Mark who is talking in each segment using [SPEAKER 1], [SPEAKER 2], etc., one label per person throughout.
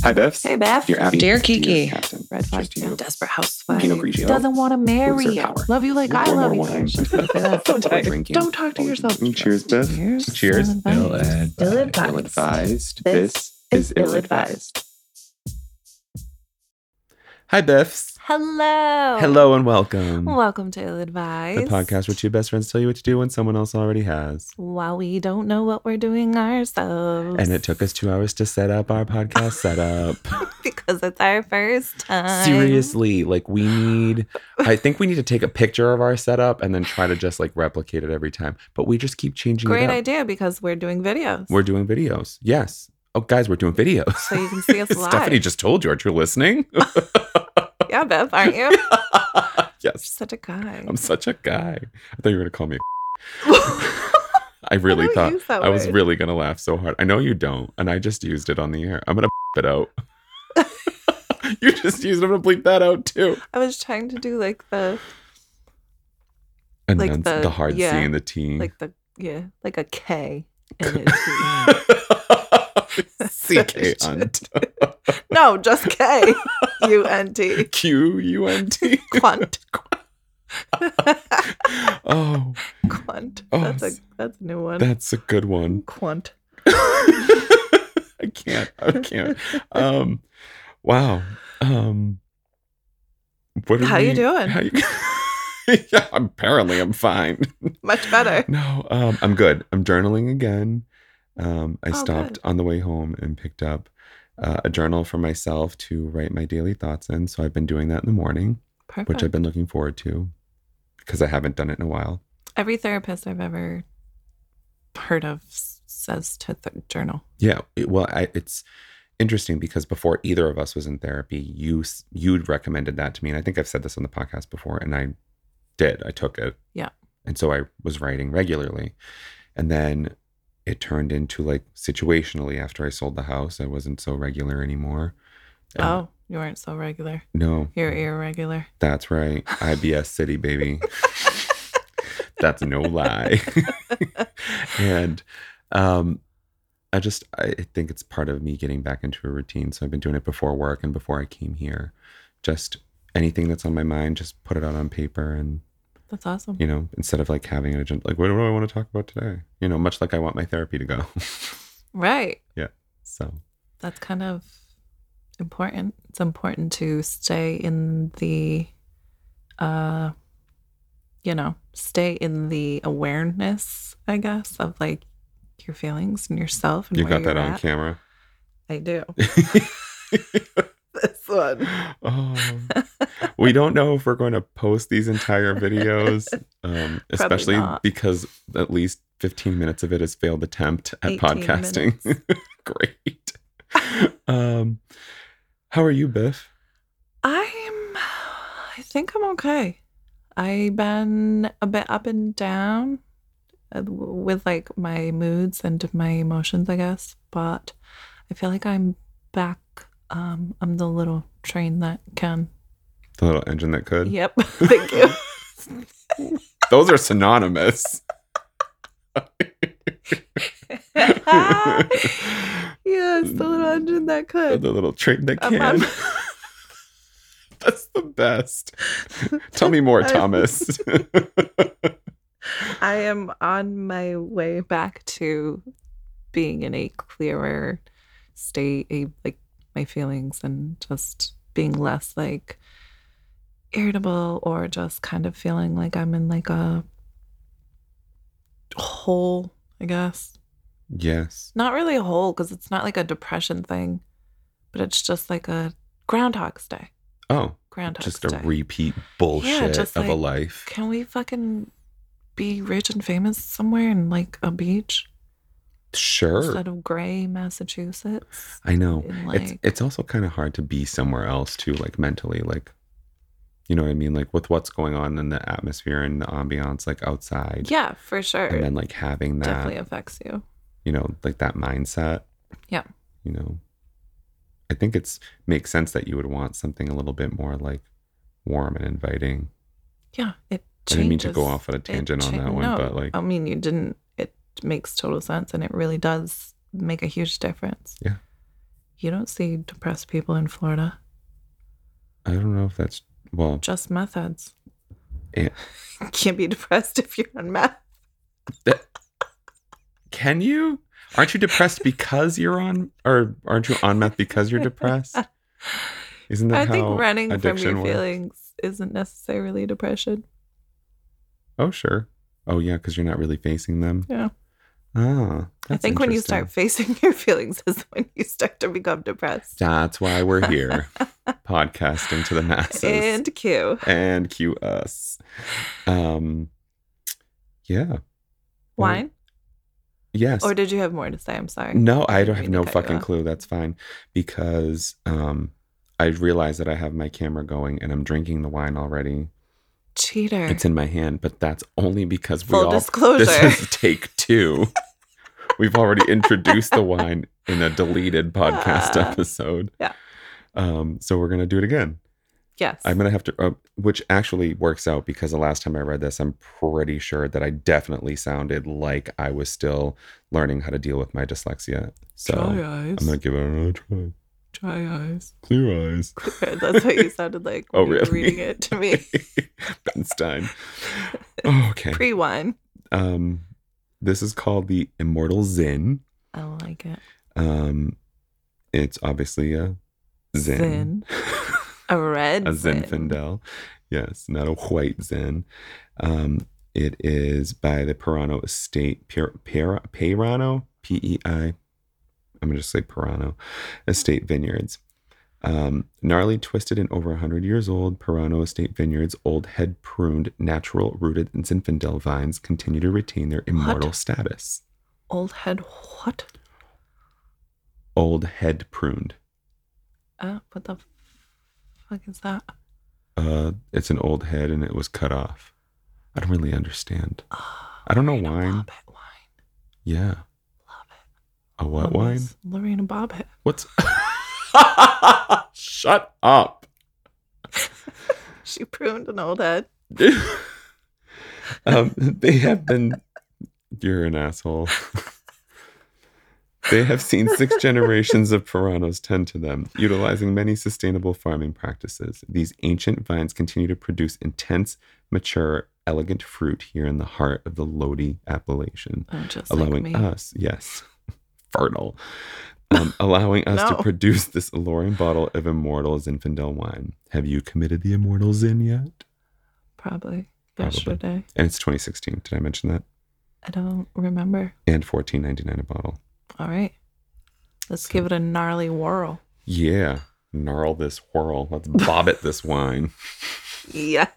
[SPEAKER 1] Hi, Bevs.
[SPEAKER 2] Hey, Beth.
[SPEAKER 1] You're Abby.
[SPEAKER 3] Dear Kiki.
[SPEAKER 2] Red
[SPEAKER 1] Red
[SPEAKER 2] flag.
[SPEAKER 1] Just you.
[SPEAKER 2] Desperate housewife.
[SPEAKER 1] Pinot Grigio.
[SPEAKER 2] Doesn't want to marry
[SPEAKER 1] Loser
[SPEAKER 2] you.
[SPEAKER 1] power.
[SPEAKER 2] Love you like I
[SPEAKER 1] Pour
[SPEAKER 2] love
[SPEAKER 1] more
[SPEAKER 2] you.
[SPEAKER 1] wine.
[SPEAKER 2] so tight.
[SPEAKER 1] Drinking.
[SPEAKER 2] Don't talk to yourself.
[SPEAKER 1] Cheers, Beth.
[SPEAKER 2] Cheers.
[SPEAKER 4] Cheers.
[SPEAKER 2] Ill
[SPEAKER 4] Ill-advised.
[SPEAKER 1] Ill
[SPEAKER 2] advised.
[SPEAKER 1] advised.
[SPEAKER 2] This
[SPEAKER 1] This is
[SPEAKER 2] is
[SPEAKER 1] ill advised.
[SPEAKER 4] Hi, Biffs.
[SPEAKER 2] Hello.
[SPEAKER 4] Hello and welcome.
[SPEAKER 2] Welcome to Ill Advice.
[SPEAKER 4] The podcast where two best friends tell you what to do when someone else already has.
[SPEAKER 2] While we don't know what we're doing ourselves.
[SPEAKER 4] And it took us two hours to set up our podcast setup.
[SPEAKER 2] because it's our first time.
[SPEAKER 4] Seriously, like we need, I think we need to take a picture of our setup and then try to just like replicate it every time. But we just keep changing it
[SPEAKER 2] Great
[SPEAKER 4] up.
[SPEAKER 2] idea because we're doing videos.
[SPEAKER 4] We're doing videos. Yes. Oh, guys, we're doing videos.
[SPEAKER 2] so you can see us live.
[SPEAKER 4] Stephanie just told you. Aren't you listening?
[SPEAKER 2] Yeah, Beth, aren't you?
[SPEAKER 4] yes.
[SPEAKER 2] Such a guy.
[SPEAKER 4] I'm such a guy. I thought you were gonna call me. I really
[SPEAKER 2] don't
[SPEAKER 4] thought
[SPEAKER 2] use that
[SPEAKER 4] I was
[SPEAKER 2] word.
[SPEAKER 4] really gonna laugh so hard. I know you don't, and I just used it on the air. I'm gonna it out. you just used. it. I'm gonna bleep that out too.
[SPEAKER 2] I was trying to do like the
[SPEAKER 4] And
[SPEAKER 2] Like
[SPEAKER 4] then
[SPEAKER 2] the-
[SPEAKER 4] the hard
[SPEAKER 2] yeah,
[SPEAKER 4] C and the T.
[SPEAKER 2] like the yeah, like a K. in it.
[SPEAKER 4] C K Unt
[SPEAKER 2] no, just K. U N T.
[SPEAKER 4] Q U N T.
[SPEAKER 2] Quant.
[SPEAKER 4] Oh,
[SPEAKER 2] Quant.
[SPEAKER 4] Oh,
[SPEAKER 2] that's a
[SPEAKER 4] it's-
[SPEAKER 2] that's a new one.
[SPEAKER 4] that's a good one.
[SPEAKER 2] Quant.
[SPEAKER 4] I can't. I can't. Um, wow. Um, what are
[SPEAKER 2] How
[SPEAKER 4] we,
[SPEAKER 2] you doing?
[SPEAKER 4] How you, yeah, apparently I'm fine.
[SPEAKER 2] Much better.
[SPEAKER 4] No, um, I'm good. I'm journaling again. Um, I
[SPEAKER 2] Oh,
[SPEAKER 4] stopped
[SPEAKER 2] good.
[SPEAKER 4] on the way home and picked up uh, a journal for myself to write my daily thoughts in. So I've been doing that in the morning,
[SPEAKER 2] Perfect.
[SPEAKER 4] which I've been looking forward to because I haven't done it in a while.
[SPEAKER 2] Every therapist I've ever heard of s- says to th- journal.
[SPEAKER 4] Yeah. it- well, I, it's interesting because before either of us was in therapy, you s- you'd recommended that to me, and I think I've said this on the podcast before, and I did. I took it.
[SPEAKER 2] Yeah.
[SPEAKER 4] And so I was writing regularly, and then it turned into like situationally after I sold the house, I wasn't so regular anymore. And-
[SPEAKER 2] Oh, you weren't so regular.
[SPEAKER 4] No,
[SPEAKER 2] You're irregular.
[SPEAKER 4] that's right. IBS City, baby. that's no lie. and um, I just I think it's part of me getting back into a routine. So I've been doing it before work and before I came here. Just anything that's on my mind, just put it out on paper, and
[SPEAKER 2] That's awesome.
[SPEAKER 4] you know, instead of like having an agenda, like what do I want to talk about today? You know, much like I want my therapy to go.
[SPEAKER 2] Right.
[SPEAKER 4] so
[SPEAKER 2] that's kind of important. It's important to stay in the, uh, you know, stay in the awareness, I guess, of like your feelings and yourself. And
[SPEAKER 4] you
[SPEAKER 2] where
[SPEAKER 4] got that
[SPEAKER 2] you're
[SPEAKER 4] on
[SPEAKER 2] at.
[SPEAKER 4] camera.
[SPEAKER 2] I do. this one.
[SPEAKER 4] Oh, we don't know if we're going to post these entire videos, um, especially
[SPEAKER 2] not.
[SPEAKER 4] because at least 15 minutes of it is failed attempt at
[SPEAKER 2] 18
[SPEAKER 4] podcasting. Great. um, how are you, Biff?
[SPEAKER 2] I'm, I think I'm okay. I've been a bit up and down uh, with like my moods and my emotions, I guess, but I feel like I'm back. Um, I'm the little train that can.
[SPEAKER 4] The little engine that could.
[SPEAKER 2] Yep. Thank you.
[SPEAKER 4] Those are synonymous.
[SPEAKER 2] yes, the little engine that
[SPEAKER 4] the
[SPEAKER 2] could.
[SPEAKER 4] little train that
[SPEAKER 2] Um,
[SPEAKER 4] can.
[SPEAKER 2] I'm-
[SPEAKER 4] That's the best. Tell me more,
[SPEAKER 2] I'm-
[SPEAKER 4] Thomas.
[SPEAKER 2] I am on my way back to being in a clearer state, a, like my feelings and just being less like irritable or just kind of feeling like I'm in like a hole, I guess.
[SPEAKER 4] yes.
[SPEAKER 2] Not really a hole because it's not like a depression thing, but it's just like a groundhog's day.
[SPEAKER 4] Oh,
[SPEAKER 2] Groundhog's
[SPEAKER 4] just
[SPEAKER 2] day.
[SPEAKER 4] a repeat bullshit
[SPEAKER 2] just
[SPEAKER 4] of a
[SPEAKER 2] like-
[SPEAKER 4] life.
[SPEAKER 2] Can we fucking be rich and famous somewhere in like a beach
[SPEAKER 4] Sure.
[SPEAKER 2] instead of gray Massachusetts?
[SPEAKER 4] I know.
[SPEAKER 2] in,
[SPEAKER 4] it's
[SPEAKER 2] like-
[SPEAKER 4] it's also kind of hard to be somewhere else too, like mentally, like you know what I mean? Like with what's going on in the atmosphere and the ambiance, like outside.
[SPEAKER 2] Yeah, for sure.
[SPEAKER 4] And then like having that
[SPEAKER 2] Definitely affects you.
[SPEAKER 4] you know, like that mindset.
[SPEAKER 2] Yeah.
[SPEAKER 4] You know. I think it's makes sense that you would want something a little bit more like warm and inviting.
[SPEAKER 2] Yeah,
[SPEAKER 4] I
[SPEAKER 2] it changes.
[SPEAKER 4] didn't mean to go off on a
[SPEAKER 2] It
[SPEAKER 4] tangent on
[SPEAKER 2] cha-
[SPEAKER 4] that one,
[SPEAKER 2] no, um
[SPEAKER 4] but like
[SPEAKER 2] I mean, you didn't. It makes total sense, and it really does make a huge difference.
[SPEAKER 4] Yeah.
[SPEAKER 2] You don't see depressed people in Florida,
[SPEAKER 4] I don't know if that's well.
[SPEAKER 2] just meth heads.
[SPEAKER 4] Yeah.
[SPEAKER 2] Can't be depressed if you're on meth.
[SPEAKER 4] Can you? Aren't you depressed because you're on, or aren't you on meth because you're depressed? Isn't that
[SPEAKER 2] I
[SPEAKER 4] how
[SPEAKER 2] think running from
[SPEAKER 4] addiction
[SPEAKER 2] your
[SPEAKER 4] works?
[SPEAKER 2] feelings isn't necessarily depression.
[SPEAKER 4] Oh sure. Oh yeah, because you're not really facing them.
[SPEAKER 2] Yeah.
[SPEAKER 4] Ah,
[SPEAKER 2] I
[SPEAKER 4] that's
[SPEAKER 2] think when you
[SPEAKER 4] interesting.
[SPEAKER 2] start facing your feelings is when you start to become depressed.
[SPEAKER 4] That's why we're here, podcasting to the masses and,
[SPEAKER 2] And Q.
[SPEAKER 4] cue us. Um, yeah, Well,
[SPEAKER 2] Wine?
[SPEAKER 4] yes.
[SPEAKER 2] Or did you have more to say? I'm sorry.
[SPEAKER 4] No, I
[SPEAKER 2] didn't
[SPEAKER 4] don't have
[SPEAKER 2] mean to
[SPEAKER 4] no
[SPEAKER 2] cut you
[SPEAKER 4] fucking
[SPEAKER 2] off.
[SPEAKER 4] clue. That's fine because um, I realize that I have my camera going and I'm drinking the wine already.
[SPEAKER 2] Cheater.
[SPEAKER 4] It's in my hand, but that's only because we
[SPEAKER 2] Mm. Full
[SPEAKER 4] all
[SPEAKER 2] disclosure.
[SPEAKER 4] This is take two. We've already introduced the wine in a deleted podcast
[SPEAKER 2] Ah,
[SPEAKER 4] episode.
[SPEAKER 2] yeah.
[SPEAKER 4] Um, so we're gonna do it again.
[SPEAKER 2] yes.
[SPEAKER 4] I'm gonna have to, uh, which actually works out because the last time I read this, I'm pretty sure that I definitely sounded like I was still learning how to deal with my dyslexia. So
[SPEAKER 2] Dry
[SPEAKER 4] I'm gonna
[SPEAKER 2] eyes.
[SPEAKER 4] give it another try.
[SPEAKER 2] Dry eyes.
[SPEAKER 4] Clear eyes.
[SPEAKER 2] That's what you sounded like
[SPEAKER 4] Oh,
[SPEAKER 2] when you were
[SPEAKER 4] really?
[SPEAKER 2] reading it to me.
[SPEAKER 4] ben Stein. Oh, okay.
[SPEAKER 2] Pre wine.
[SPEAKER 4] Um, this is called the Immortal Zin.
[SPEAKER 2] I like it.
[SPEAKER 4] Um, it's obviously a Zen.
[SPEAKER 2] Zin. A red.
[SPEAKER 4] a Zinfandel. Yes, not a white Zen. Um, it is by the Pirano Estate. Pir- Pira- Pirano? P E I. I'm going to just say Pirano Estate Vineyards. Um, gnarly, twisted, and over 100 years old, Pirano Estate Vineyards' old head pruned, natural rooted, and Zinfandel vines continue to retain their immortal status.
[SPEAKER 2] Old head. What?
[SPEAKER 4] Old head pruned.
[SPEAKER 2] Uh, what the fuck is that?
[SPEAKER 4] Uh, it's an old head and it was cut off. I don't really understand. I don't know wine.
[SPEAKER 2] Bobbit Ah, wine.
[SPEAKER 4] Yeah.
[SPEAKER 2] Love it.
[SPEAKER 4] A what
[SPEAKER 2] Love
[SPEAKER 4] wine?
[SPEAKER 2] this. Lorena Bobbit.
[SPEAKER 4] What's Shut up.
[SPEAKER 2] She pruned an old head.
[SPEAKER 4] um, they have been you're an asshole. they have seen six generations of Puranos tend to them, utilizing many sustainable farming practices. These ancient vines continue to produce intense, mature, elegant fruit here in the heart of the Lodi appellation.
[SPEAKER 2] Oh, just
[SPEAKER 4] allowing
[SPEAKER 2] like me.
[SPEAKER 4] us, yes, fertile, um, allowing us
[SPEAKER 2] No.
[SPEAKER 4] to produce this alluring bottle of immortal Zinfandel wine. Have you committed the immortal Zin yet?
[SPEAKER 2] Probably.
[SPEAKER 4] Probably.
[SPEAKER 2] Yesterday.
[SPEAKER 4] And it's 2016. Did I mention that?
[SPEAKER 2] I don't remember.
[SPEAKER 4] And 14.99 a bottle.
[SPEAKER 2] All right. Let's give it a gnarly whirl.
[SPEAKER 4] Yeah, gnarl this whirl. Let's bob it this wine.
[SPEAKER 2] Yes.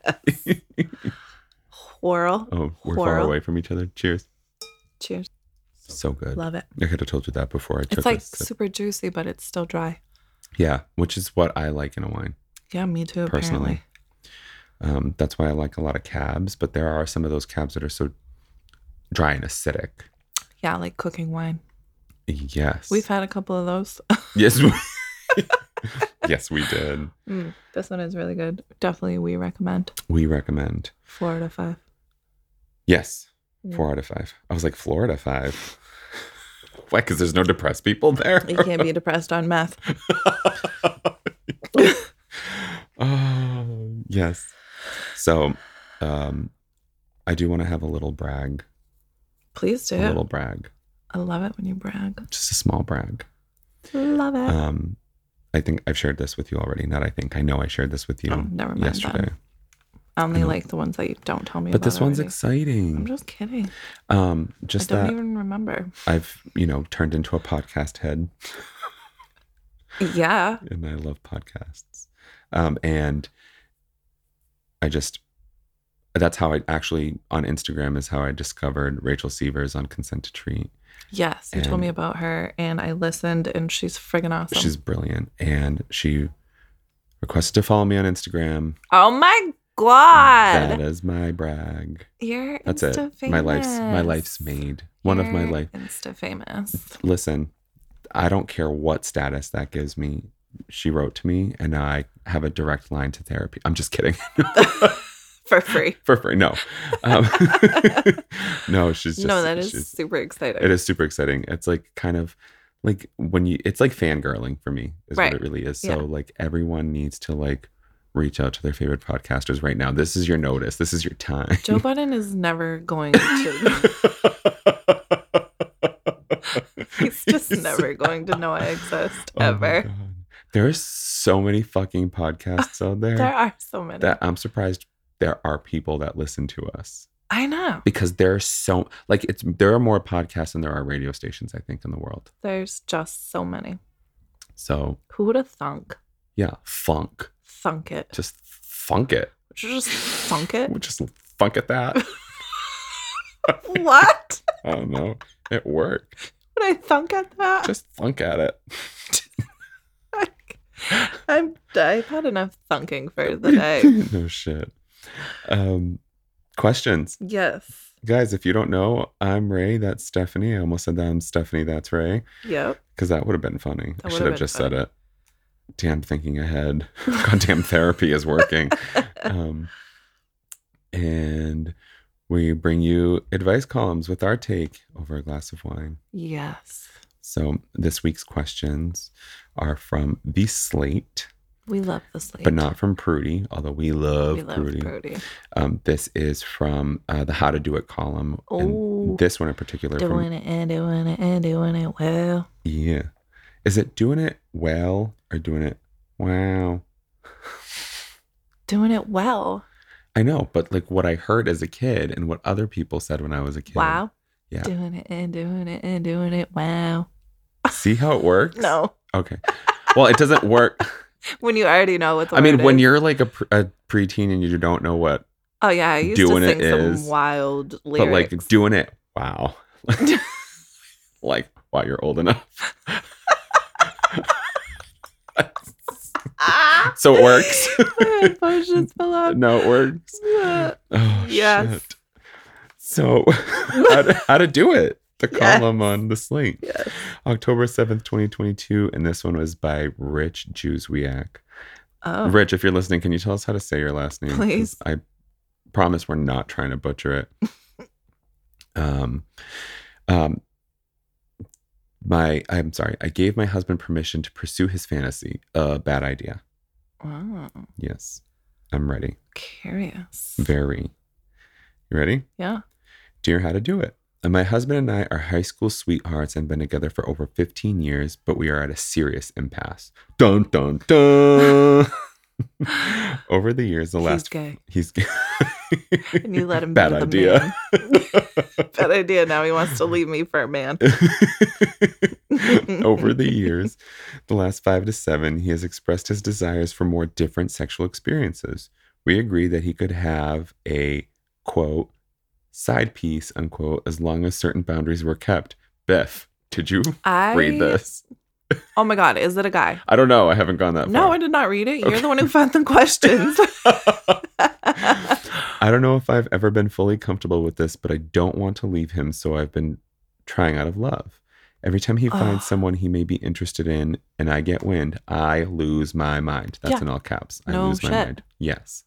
[SPEAKER 2] whirl.
[SPEAKER 4] Oh, we're far
[SPEAKER 2] Whirl.
[SPEAKER 4] away from each other. Cheers.
[SPEAKER 2] Cheers.
[SPEAKER 4] So good.
[SPEAKER 2] Love it.
[SPEAKER 4] I could have told you that before I took
[SPEAKER 2] It's like
[SPEAKER 4] this.
[SPEAKER 2] super juicy, but it's still dry.
[SPEAKER 4] yeah, which is what I like in a wine.
[SPEAKER 2] Yeah, me too.
[SPEAKER 4] Personally.
[SPEAKER 2] Apparently,
[SPEAKER 4] Um, that's why I like a lot of cabs, but there are some of those cabs that are so dry and acidic.
[SPEAKER 2] yeah, I like cooking wine.
[SPEAKER 4] Yes.
[SPEAKER 2] We've had a couple of those.
[SPEAKER 4] yes. We- yes, we did.
[SPEAKER 2] Mm, this one is really good. Definitely, we recommend
[SPEAKER 4] We recommend.
[SPEAKER 2] four out of five.
[SPEAKER 4] Yes.
[SPEAKER 2] Yeah.
[SPEAKER 4] Four out of five. I was like, Florida five. Why? Because there's no depressed people there.
[SPEAKER 2] You can't be depressed on meth.
[SPEAKER 4] oh, yes. So, um, I do want to have a little brag.
[SPEAKER 2] Please do.
[SPEAKER 4] A little brag.
[SPEAKER 2] I love it when you brag.
[SPEAKER 4] Just a small brag.
[SPEAKER 2] Love it.
[SPEAKER 4] Um, I think I've shared this with you already. Not I think. I know I shared this with you
[SPEAKER 2] Oh, never mind then.
[SPEAKER 4] yesterday.
[SPEAKER 2] I only
[SPEAKER 4] know.
[SPEAKER 2] like the ones that you don't tell me
[SPEAKER 4] But
[SPEAKER 2] about.
[SPEAKER 4] this one's
[SPEAKER 2] already. I'm
[SPEAKER 4] exciting.
[SPEAKER 2] just kidding.
[SPEAKER 4] Um, just
[SPEAKER 2] I don't
[SPEAKER 4] that
[SPEAKER 2] even remember.
[SPEAKER 4] I've you know turned into a podcast head,
[SPEAKER 2] Yeah.
[SPEAKER 4] and I love podcasts. Um, and I just that's how I actually on Instagram is how I discovered Rachel Severs on Consent to Treat.
[SPEAKER 2] Yes. You told
[SPEAKER 4] And-
[SPEAKER 2] me about her and I listened and she's friggin' awesome.
[SPEAKER 4] She's brilliant, and she requested to follow me on Instagram.
[SPEAKER 2] oh my
[SPEAKER 4] That
[SPEAKER 2] God.
[SPEAKER 4] is my brag.
[SPEAKER 2] You're
[SPEAKER 4] That's
[SPEAKER 2] Insta
[SPEAKER 4] it. My life's my
[SPEAKER 2] famous.
[SPEAKER 4] life's made. One of my
[SPEAKER 2] You're
[SPEAKER 4] life.
[SPEAKER 2] Insta famous.
[SPEAKER 4] listen, I don't care what status that gives me. She wrote to me, and I have a direct line to therapy. I'm just kidding.
[SPEAKER 2] For free.
[SPEAKER 4] For free, no, um, no. She's just
[SPEAKER 2] no, that is
[SPEAKER 4] she's-
[SPEAKER 2] super exciting.
[SPEAKER 4] It is super exciting. It's like kind of like when you it's like fangirling for me is
[SPEAKER 2] Right.
[SPEAKER 4] what it really is. So
[SPEAKER 2] Yeah.
[SPEAKER 4] like everyone needs to like reach out to their favorite podcasters right now. This is your notice. This is your time.
[SPEAKER 2] Joe Budden is never going to. He's just never going to know I exist
[SPEAKER 4] Oh my
[SPEAKER 2] ever.
[SPEAKER 4] God. There are so many fucking podcasts out there,
[SPEAKER 2] Uh, There are so many.
[SPEAKER 4] that I'm surprised there are people that listen to us
[SPEAKER 2] I know.
[SPEAKER 4] because there are so like it's there are more podcasts than there are radio stations I think in the world.
[SPEAKER 2] There's just so many.
[SPEAKER 4] So
[SPEAKER 2] Who would have thunk?
[SPEAKER 4] yeah, funk,
[SPEAKER 2] Thunk it.
[SPEAKER 4] just funk it,
[SPEAKER 2] Should just thunk it.
[SPEAKER 4] We just funk at that.
[SPEAKER 2] what?
[SPEAKER 4] I don't know, it worked.
[SPEAKER 2] Would I thunk at that?
[SPEAKER 4] Just funk at it.
[SPEAKER 2] I'm. I've had enough thunking for the day.
[SPEAKER 4] no shit. Um, questions.
[SPEAKER 2] yes.
[SPEAKER 4] Guys, if you don't know, I'm Ray. That's Stephanie. I almost said that I'm Stephanie. That's Ray.
[SPEAKER 2] Yep.
[SPEAKER 4] Because that would have been funny.
[SPEAKER 2] That
[SPEAKER 4] I
[SPEAKER 2] would
[SPEAKER 4] should
[SPEAKER 2] have
[SPEAKER 4] have
[SPEAKER 2] been
[SPEAKER 4] just said it. Damn, thinking ahead. Goddamn, therapy is working. Um, and we bring you advice columns with our take over a glass of wine.
[SPEAKER 2] Yes.
[SPEAKER 4] So this week's questions are from The Slate,
[SPEAKER 2] We love the slate.
[SPEAKER 4] but not from Prudy, although we love,
[SPEAKER 2] We love
[SPEAKER 4] Prudy.
[SPEAKER 2] Prudy.
[SPEAKER 4] Um, this is from uh, the How to Do It column.
[SPEAKER 2] Oh.
[SPEAKER 4] And this one in particular from
[SPEAKER 2] Doing it and doing it and doing it well.
[SPEAKER 4] Yeah. Is it doing it well or doing it wow?
[SPEAKER 2] Doing it well.
[SPEAKER 4] I know, but like what I heard as a kid and what other people said when I was a kid.
[SPEAKER 2] Wow.
[SPEAKER 4] Yeah.
[SPEAKER 2] Doing it and doing it and doing it well.
[SPEAKER 4] See how it works?
[SPEAKER 2] No,
[SPEAKER 4] Okay. Well, it doesn't work.
[SPEAKER 2] when you already know what the
[SPEAKER 4] I mean,
[SPEAKER 2] word
[SPEAKER 4] when
[SPEAKER 2] is.
[SPEAKER 4] you're like a, pre- a preteen and you don't know what,
[SPEAKER 2] oh yeah, I used
[SPEAKER 4] doing
[SPEAKER 2] to
[SPEAKER 4] it
[SPEAKER 2] sing some
[SPEAKER 4] is,
[SPEAKER 2] wild
[SPEAKER 4] but
[SPEAKER 2] lyrics.
[SPEAKER 4] like doing it, wow. like, wow, you're old enough.
[SPEAKER 2] ah,
[SPEAKER 4] So it works.
[SPEAKER 2] my potions fell out.
[SPEAKER 4] no, it works.
[SPEAKER 2] Yeah.
[SPEAKER 4] Oh,
[SPEAKER 2] Yes.
[SPEAKER 4] shit. So, how, to, how to do it? The
[SPEAKER 2] Yes.
[SPEAKER 4] column on the slate.
[SPEAKER 2] Yes.
[SPEAKER 4] October 7th, 2022. And this one was by Rich Juzwiak.
[SPEAKER 2] Oh,
[SPEAKER 4] Rich, if you're listening, can you tell us how to say your last name? 'Cause
[SPEAKER 2] Please.
[SPEAKER 4] I promise we're not trying to butcher it. um, um, my, I'm sorry. I gave my husband permission to pursue his fantasy. A bad idea.
[SPEAKER 2] Oh, wow.
[SPEAKER 4] Yes. I'm ready.
[SPEAKER 2] curious.
[SPEAKER 4] Very. You ready?
[SPEAKER 2] Yeah.
[SPEAKER 4] Dear How to Do It. And my husband and I are high school sweethearts and been together for over 15 years, but we are at a serious impasse. Dun dun dun. over the years, the
[SPEAKER 2] He's
[SPEAKER 4] last
[SPEAKER 2] gay.
[SPEAKER 4] he's
[SPEAKER 2] And you let him
[SPEAKER 4] bad
[SPEAKER 2] be the
[SPEAKER 4] idea.
[SPEAKER 2] man. Bad idea. Now he wants to leave me for a man.
[SPEAKER 4] over the years, the last five to seven, he has expressed his desires for more different sexual experiences. We agreed that he could have a quote side piece unquote as long as certain boundaries were kept. Beth, did you
[SPEAKER 2] I
[SPEAKER 4] read this?
[SPEAKER 2] Oh my god, is it a guy?
[SPEAKER 4] I don't know. I haven't gone that
[SPEAKER 2] No, I
[SPEAKER 4] far.
[SPEAKER 2] did not read it. You're
[SPEAKER 4] Okay.
[SPEAKER 2] the one who found the questions.
[SPEAKER 4] I don't know if I've ever been fully comfortable with this, but I don't want to leave him, so I've been trying out of love. Every time he finds
[SPEAKER 2] Ah.
[SPEAKER 4] someone he may be interested in and I get wind, I lose my mind. That's
[SPEAKER 2] Yeah.
[SPEAKER 4] in all caps. I
[SPEAKER 2] No
[SPEAKER 4] lose my
[SPEAKER 2] shit.
[SPEAKER 4] mind. Yes.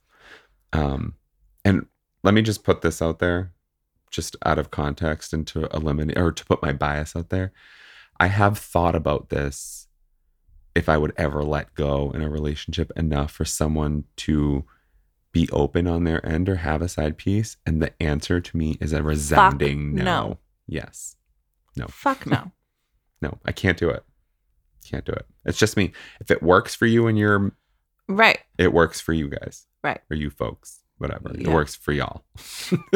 [SPEAKER 4] Um and let me just put this out there just out of context and to eliminate or to put my bias out there. I have thought about this if I would ever let go in a relationship enough for someone to be open on their end or have a side piece? And the answer to me is a resounding
[SPEAKER 2] no.
[SPEAKER 4] no. Yes.
[SPEAKER 2] Fuck no.
[SPEAKER 4] No, I can't do it. Can't do it. It's just me. If it works for you and you're,
[SPEAKER 2] Right.
[SPEAKER 4] it works for you guys.
[SPEAKER 2] Right.
[SPEAKER 4] Or you folks, whatever. It
[SPEAKER 2] Yeah.
[SPEAKER 4] works for y'all.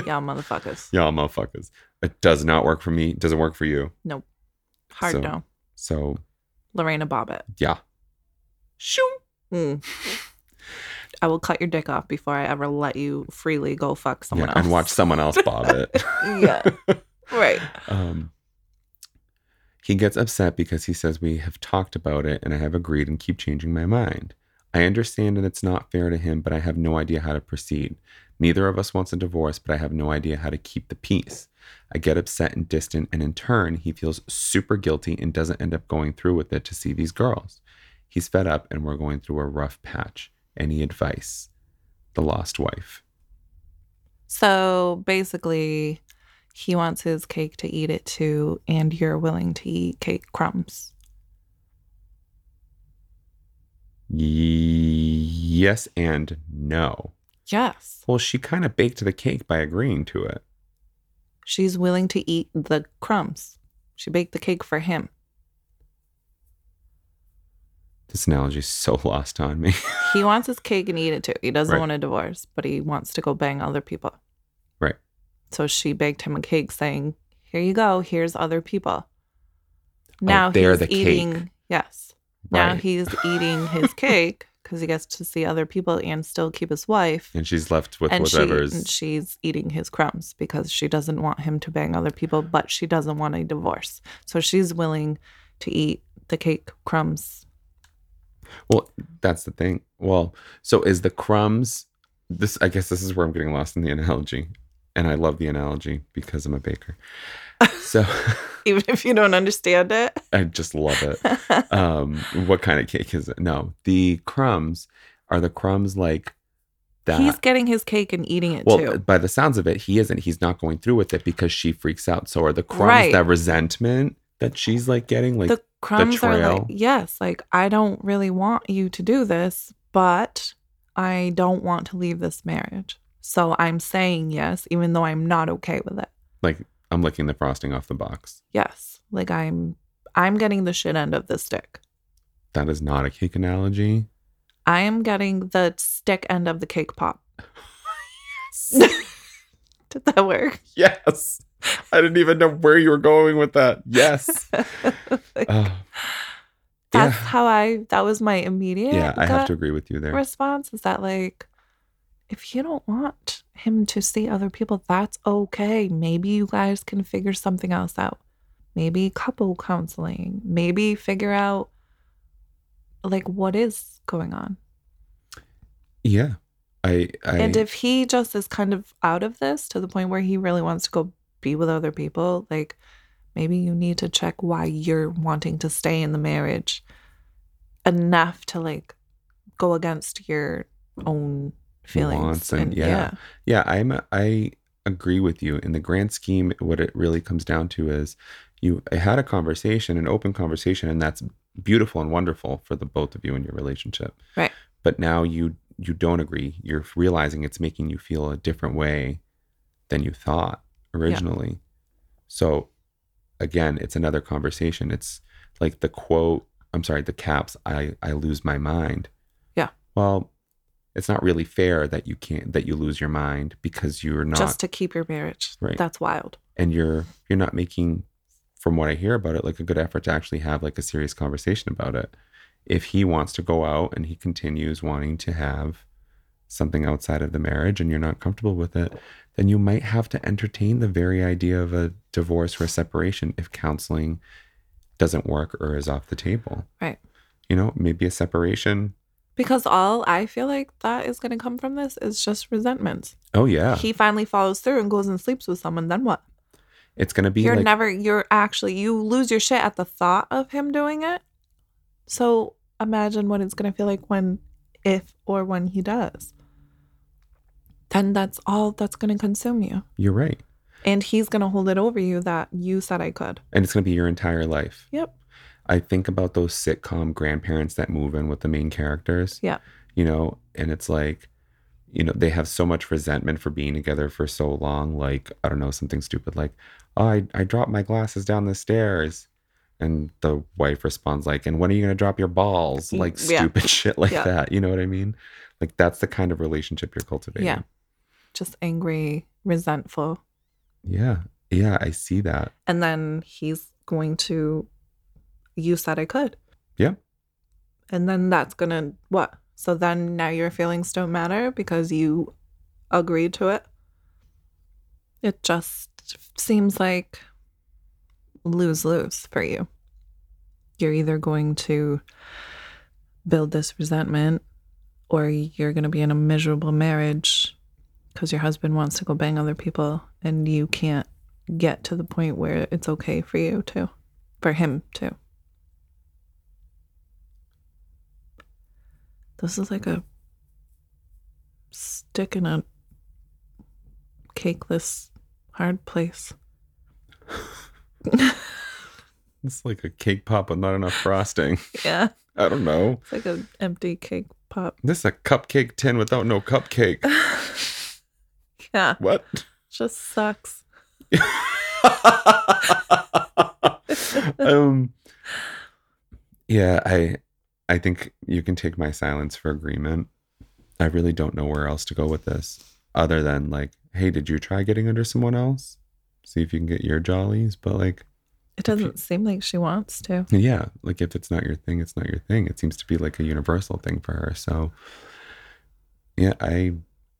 [SPEAKER 2] Y'all motherfuckers.
[SPEAKER 4] Y'all motherfuckers. It does not work for me. It doesn't work for you.
[SPEAKER 2] Hard
[SPEAKER 4] So-
[SPEAKER 2] no.
[SPEAKER 4] So,
[SPEAKER 2] Lorena Bobbitt.
[SPEAKER 4] yeah.
[SPEAKER 2] Shoo. Mm. I will cut your dick off before I ever let you freely go fuck someone
[SPEAKER 4] yeah
[SPEAKER 2] else.
[SPEAKER 4] and watch someone else bob it.
[SPEAKER 2] yeah. Right.
[SPEAKER 4] Um, he gets upset because he says we have talked about it and I have agreed and keep changing my mind. I understand that it's not fair to him, but I have no idea how to proceed. Neither of us wants a divorce, but I have no idea how to keep the peace. I get upset and distant, and in turn, he feels super guilty and doesn't end up going through with it to see these girls. He's fed up, and we're going through a rough patch. Any advice? The Lost Wife.
[SPEAKER 2] So basically, he wants his cake to eat it too, and you're willing to eat cake crumbs.
[SPEAKER 4] Yes and no.
[SPEAKER 2] Yes.
[SPEAKER 4] Well, she kind of baked the cake by agreeing to it.
[SPEAKER 2] She's willing to eat the crumbs. She baked the cake for him.
[SPEAKER 4] This analogy is so lost on me.
[SPEAKER 2] He wants his cake and eat it too. He doesn't
[SPEAKER 4] Right.
[SPEAKER 2] want a divorce, but he wants to go bang other people.
[SPEAKER 4] Right.
[SPEAKER 2] So she baked him a cake saying, Here you go. Here's other people.
[SPEAKER 4] Oh, they're the cake.
[SPEAKER 2] eating. Yes. Now
[SPEAKER 4] Right.
[SPEAKER 2] he's eating his cake because he gets to see other people and still keep his wife.
[SPEAKER 4] and she's left with
[SPEAKER 2] and she, and
[SPEAKER 4] whatever's.
[SPEAKER 2] she's eating his crumbs because she doesn't want him to bang other people, but she doesn't want a divorce. So she's willing to eat the cake crumbs.
[SPEAKER 4] well, that's the thing. Well, so is the crumbs. This, I guess, this is where I'm getting lost in the analogy, and I love the analogy because I'm a baker. So
[SPEAKER 2] Even if you don't understand it.
[SPEAKER 4] I just love it. um what kind of cake is it no the crumbs are the crumbs like that
[SPEAKER 2] He's getting his cake and eating it
[SPEAKER 4] well
[SPEAKER 2] too.
[SPEAKER 4] by the sounds of it he isn't he's not going through with it because she freaks out so are the crumbs
[SPEAKER 2] Right.
[SPEAKER 4] that resentment that she's like getting like
[SPEAKER 2] the crumbs are like,
[SPEAKER 4] trail.
[SPEAKER 2] yes, like I don't really want you to do this, but I don't want to leave this marriage. So I'm saying yes, even though I'm not okay with it.
[SPEAKER 4] like i'm licking the frosting off the box
[SPEAKER 2] Yes. Like I'm I'm getting the shit end of the stick.
[SPEAKER 4] that is not a cake analogy
[SPEAKER 2] I am getting the stick end of the cake pop. Did that work?
[SPEAKER 4] yes i didn't even know where you were going with that yes Oh. yeah,
[SPEAKER 2] That's how I that was my immediate
[SPEAKER 4] yeah i have
[SPEAKER 2] gut
[SPEAKER 4] to agree with you there
[SPEAKER 2] response is that like if you don't want him to see other people, that's okay. Maybe you guys can figure something else out. Maybe couple counseling. Maybe figure out like what is going on.
[SPEAKER 4] yeah i i
[SPEAKER 2] And if he just is kind of out of this to the point where he really wants to go be with other people, like maybe you need to check why you're wanting to stay in the marriage enough to like go against your own feelings.
[SPEAKER 4] Wants and- yeah. Yeah, I'm I agree with you. In the grand scheme, what it really comes down to is you had a conversation, an open conversation, and that's beautiful and wonderful for the both of you in your relationship.
[SPEAKER 2] Right.
[SPEAKER 4] But now you you don't agree. You're realizing it's making you feel a different way than you thought originally. So again, it's another conversation. It's like the quote, I'm sorry, the caps, I I lose my mind.
[SPEAKER 2] Yeah.
[SPEAKER 4] Well, it's not really fair that you can't that you lose your mind because you're not
[SPEAKER 2] Just to keep your marriage.
[SPEAKER 4] Right.
[SPEAKER 2] That's wild.
[SPEAKER 4] and you're you're not making from what i hear about it like a good effort to actually have like a serious conversation about it if he wants to go out and he continues wanting to have something outside of the marriage and you're not comfortable with it then you might have to entertain the very idea of a divorce or a separation if counseling doesn't work or is off the table
[SPEAKER 2] Right.
[SPEAKER 4] you know maybe a separation
[SPEAKER 2] Because all I feel like that is gonna come from this is just resentment.
[SPEAKER 4] oh yeah
[SPEAKER 2] He finally follows through and goes and sleeps with someone, then what?
[SPEAKER 4] it's gonna be
[SPEAKER 2] you're
[SPEAKER 4] like
[SPEAKER 2] never you're actually you lose your shit at the thought of him doing it so imagine what it's going to feel like when if or when he does then that's all that's going to consume you
[SPEAKER 4] you're right
[SPEAKER 2] and he's going to hold it over you that you said i could
[SPEAKER 4] and it's gonna be your entire life
[SPEAKER 2] yep
[SPEAKER 4] I think about those sitcom grandparents that move in with the main characters.
[SPEAKER 2] Yeah.
[SPEAKER 4] You know, and it's like, you know, they have so much resentment for being together for so long. Like, I don't know, something stupid like, oh, I, I dropped my glasses down the stairs. And the wife responds, like, and when are you going to drop your balls?
[SPEAKER 2] Y-
[SPEAKER 4] Like,
[SPEAKER 2] Mm, yeah.
[SPEAKER 4] stupid shit like
[SPEAKER 2] Yeah.
[SPEAKER 4] that. You know what I mean? Like, that's the kind of relationship you're cultivating.
[SPEAKER 2] Yeah. just angry resentful
[SPEAKER 4] Yeah. Yeah. I see that.
[SPEAKER 2] and then he's going to you said i could
[SPEAKER 4] Yeah.
[SPEAKER 2] and then that's going to what so then now your feelings don't matter because you agreed to it it just seems like lose lose for you you're either going to build this resentment or you're going to be in a miserable marriage because your husband wants to go bang other people and you can't get to the point where it's okay for you to, for him to. This is like a stick in a cakeless, hard place.
[SPEAKER 4] It's like a cake pop with not enough frosting.
[SPEAKER 2] Yeah.
[SPEAKER 4] I don't know.
[SPEAKER 2] It's like an empty cake pop.
[SPEAKER 4] This is a cupcake tin without no cupcake.
[SPEAKER 2] yeah.
[SPEAKER 4] What?
[SPEAKER 2] Just sucks.
[SPEAKER 4] um yeah i i think you can take my silence for agreement i really don't know where else to go with this other than like hey did you try getting under someone else see if you can get your jollies but like
[SPEAKER 2] It doesn't seem like she wants to.
[SPEAKER 4] yeah like if it's not your thing it's not your thing it seems to be like a universal thing for her so yeah i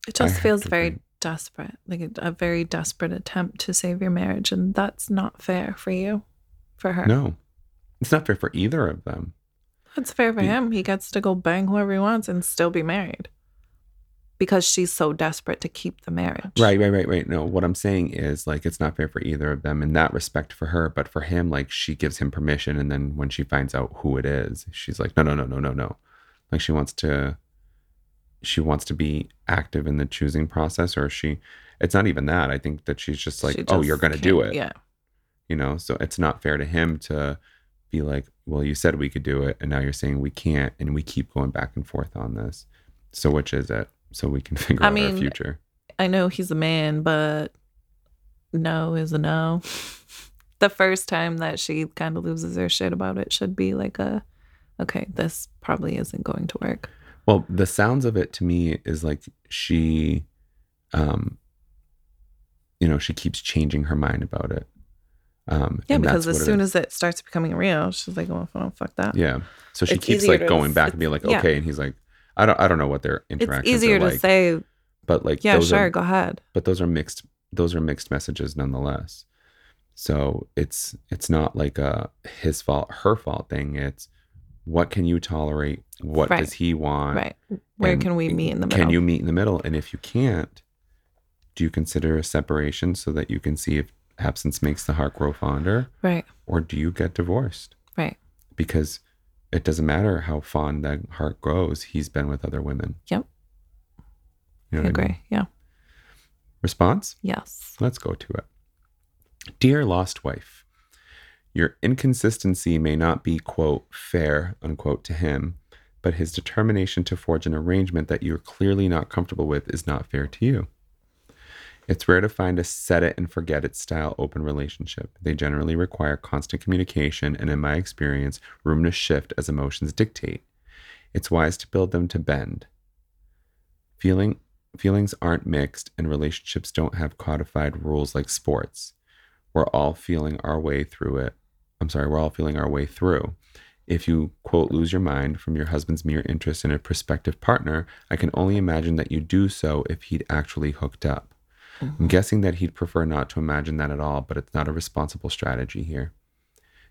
[SPEAKER 2] It just
[SPEAKER 4] have
[SPEAKER 2] feels
[SPEAKER 4] to
[SPEAKER 2] very
[SPEAKER 4] agree.
[SPEAKER 2] desperate, like a, a very desperate attempt to save your marriage. And that's not fair for you, for her.
[SPEAKER 4] no it's not fair for either of them
[SPEAKER 2] That's fair for
[SPEAKER 4] Be-
[SPEAKER 2] him. He gets to go bang whoever he wants and still be married because she's so desperate to keep the marriage.
[SPEAKER 4] Right, right, right, right. No, what I'm saying is like it's not fair for either of them in that respect for her, but for him, like she gives him permission, and then when she finds out who it is, she's like, no, no, no, no, no, no. Like she wants to, she wants to be active in the choosing process, or she, it's not even that. I think that she's just like,
[SPEAKER 2] She
[SPEAKER 4] oh,
[SPEAKER 2] just
[SPEAKER 4] you're gonna do it,
[SPEAKER 2] can't- Yeah.
[SPEAKER 4] you know. So it's not fair to him to be like, well, you said we could do it, and now you're saying we can't, and we keep going back and forth on this. So which is it? So we can figure
[SPEAKER 2] I
[SPEAKER 4] out our
[SPEAKER 2] mean,
[SPEAKER 4] future.
[SPEAKER 2] I know he's a man, but no is a no. The first time that she kind of loses her shit about it should be like a, okay, this probably isn't going to work.
[SPEAKER 4] Well, the sounds of it to me is like she, um, you know, she keeps changing her mind about it. Um,
[SPEAKER 2] Yeah,
[SPEAKER 4] and
[SPEAKER 2] because
[SPEAKER 4] that's what
[SPEAKER 2] as
[SPEAKER 4] it
[SPEAKER 2] soon
[SPEAKER 4] is.
[SPEAKER 2] as it starts becoming real, she's like, well, well fuck that.
[SPEAKER 4] yeah, so she
[SPEAKER 2] It's
[SPEAKER 4] keeps
[SPEAKER 2] easier
[SPEAKER 4] like
[SPEAKER 2] to-
[SPEAKER 4] going back
[SPEAKER 2] it's-
[SPEAKER 4] and being like,
[SPEAKER 2] yeah.
[SPEAKER 4] okay, and he's like, I don't, I don't know what their
[SPEAKER 2] It's
[SPEAKER 4] interactions
[SPEAKER 2] easier
[SPEAKER 4] are
[SPEAKER 2] to
[SPEAKER 4] like,
[SPEAKER 2] say,
[SPEAKER 4] but like,
[SPEAKER 2] yeah,
[SPEAKER 4] those
[SPEAKER 2] sure,
[SPEAKER 4] are,
[SPEAKER 2] go ahead.
[SPEAKER 4] but those are mixed, those are mixed messages nonetheless. So it's, it's not like a his fault, her fault thing. It's what can you tolerate? What
[SPEAKER 2] Right.
[SPEAKER 4] does he want?
[SPEAKER 2] Right. Where
[SPEAKER 4] And
[SPEAKER 2] can we meet in the middle?
[SPEAKER 4] Can you meet in the middle? And if you can't, do you consider a separation so that you can see if absence makes the heart grow fonder?
[SPEAKER 2] Right.
[SPEAKER 4] Or do you get divorced?
[SPEAKER 2] Right.
[SPEAKER 4] Because it doesn't matter how fond that heart grows, he's been with other women.
[SPEAKER 2] Yep.
[SPEAKER 4] You know
[SPEAKER 2] I
[SPEAKER 4] what
[SPEAKER 2] agree.
[SPEAKER 4] mean?
[SPEAKER 2] Yeah.
[SPEAKER 4] Response?
[SPEAKER 2] Yes.
[SPEAKER 4] Let's go to it. Dear lost wife, your inconsistency may not be, quote, fair, unquote, to him, but his determination to forge an arrangement that you're clearly not comfortable with is not fair to you. It's rare to find a set it and forget it style open relationship. They generally require constant communication and, in my experience, room to shift as emotions dictate. It's wise to build them to bend. Feeling feelings aren't mixed and relationships don't have codified rules like sports. We're all feeling our way through it. I'm sorry, we're all feeling our way through. If you, quote, lose your mind from your husband's mere interest in a prospective partner, I can only imagine that you do so if he'd actually hooked up. I'm guessing that he'd prefer not to imagine that at all, but it's not a responsible strategy here.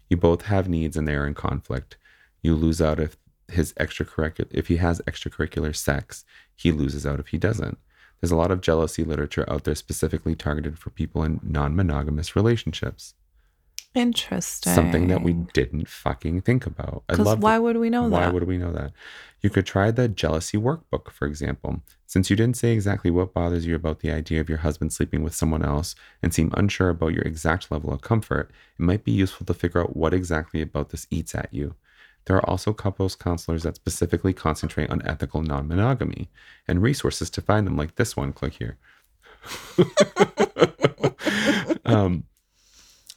[SPEAKER 4] You both have needs and they are in conflict. You lose out if his extracurricular if he has extracurricular sex, he loses out if he doesn't. There's a lot of jealousy literature out there specifically targeted for people in non-monogamous relationships.
[SPEAKER 2] Interesting.
[SPEAKER 4] Something that we didn't fucking think about. I
[SPEAKER 2] Because
[SPEAKER 4] love
[SPEAKER 2] why would we know
[SPEAKER 4] why
[SPEAKER 2] that?
[SPEAKER 4] would we know that? You could try the jealousy workbook, for example. Since you didn't say exactly what bothers you about the idea of your husband sleeping with someone else and seem unsure about your exact level of comfort, it might be useful to figure out what exactly about this eats at you. There are also couples counselors that specifically concentrate on ethical non monogamy and resources to find them, like this one. Click here. um,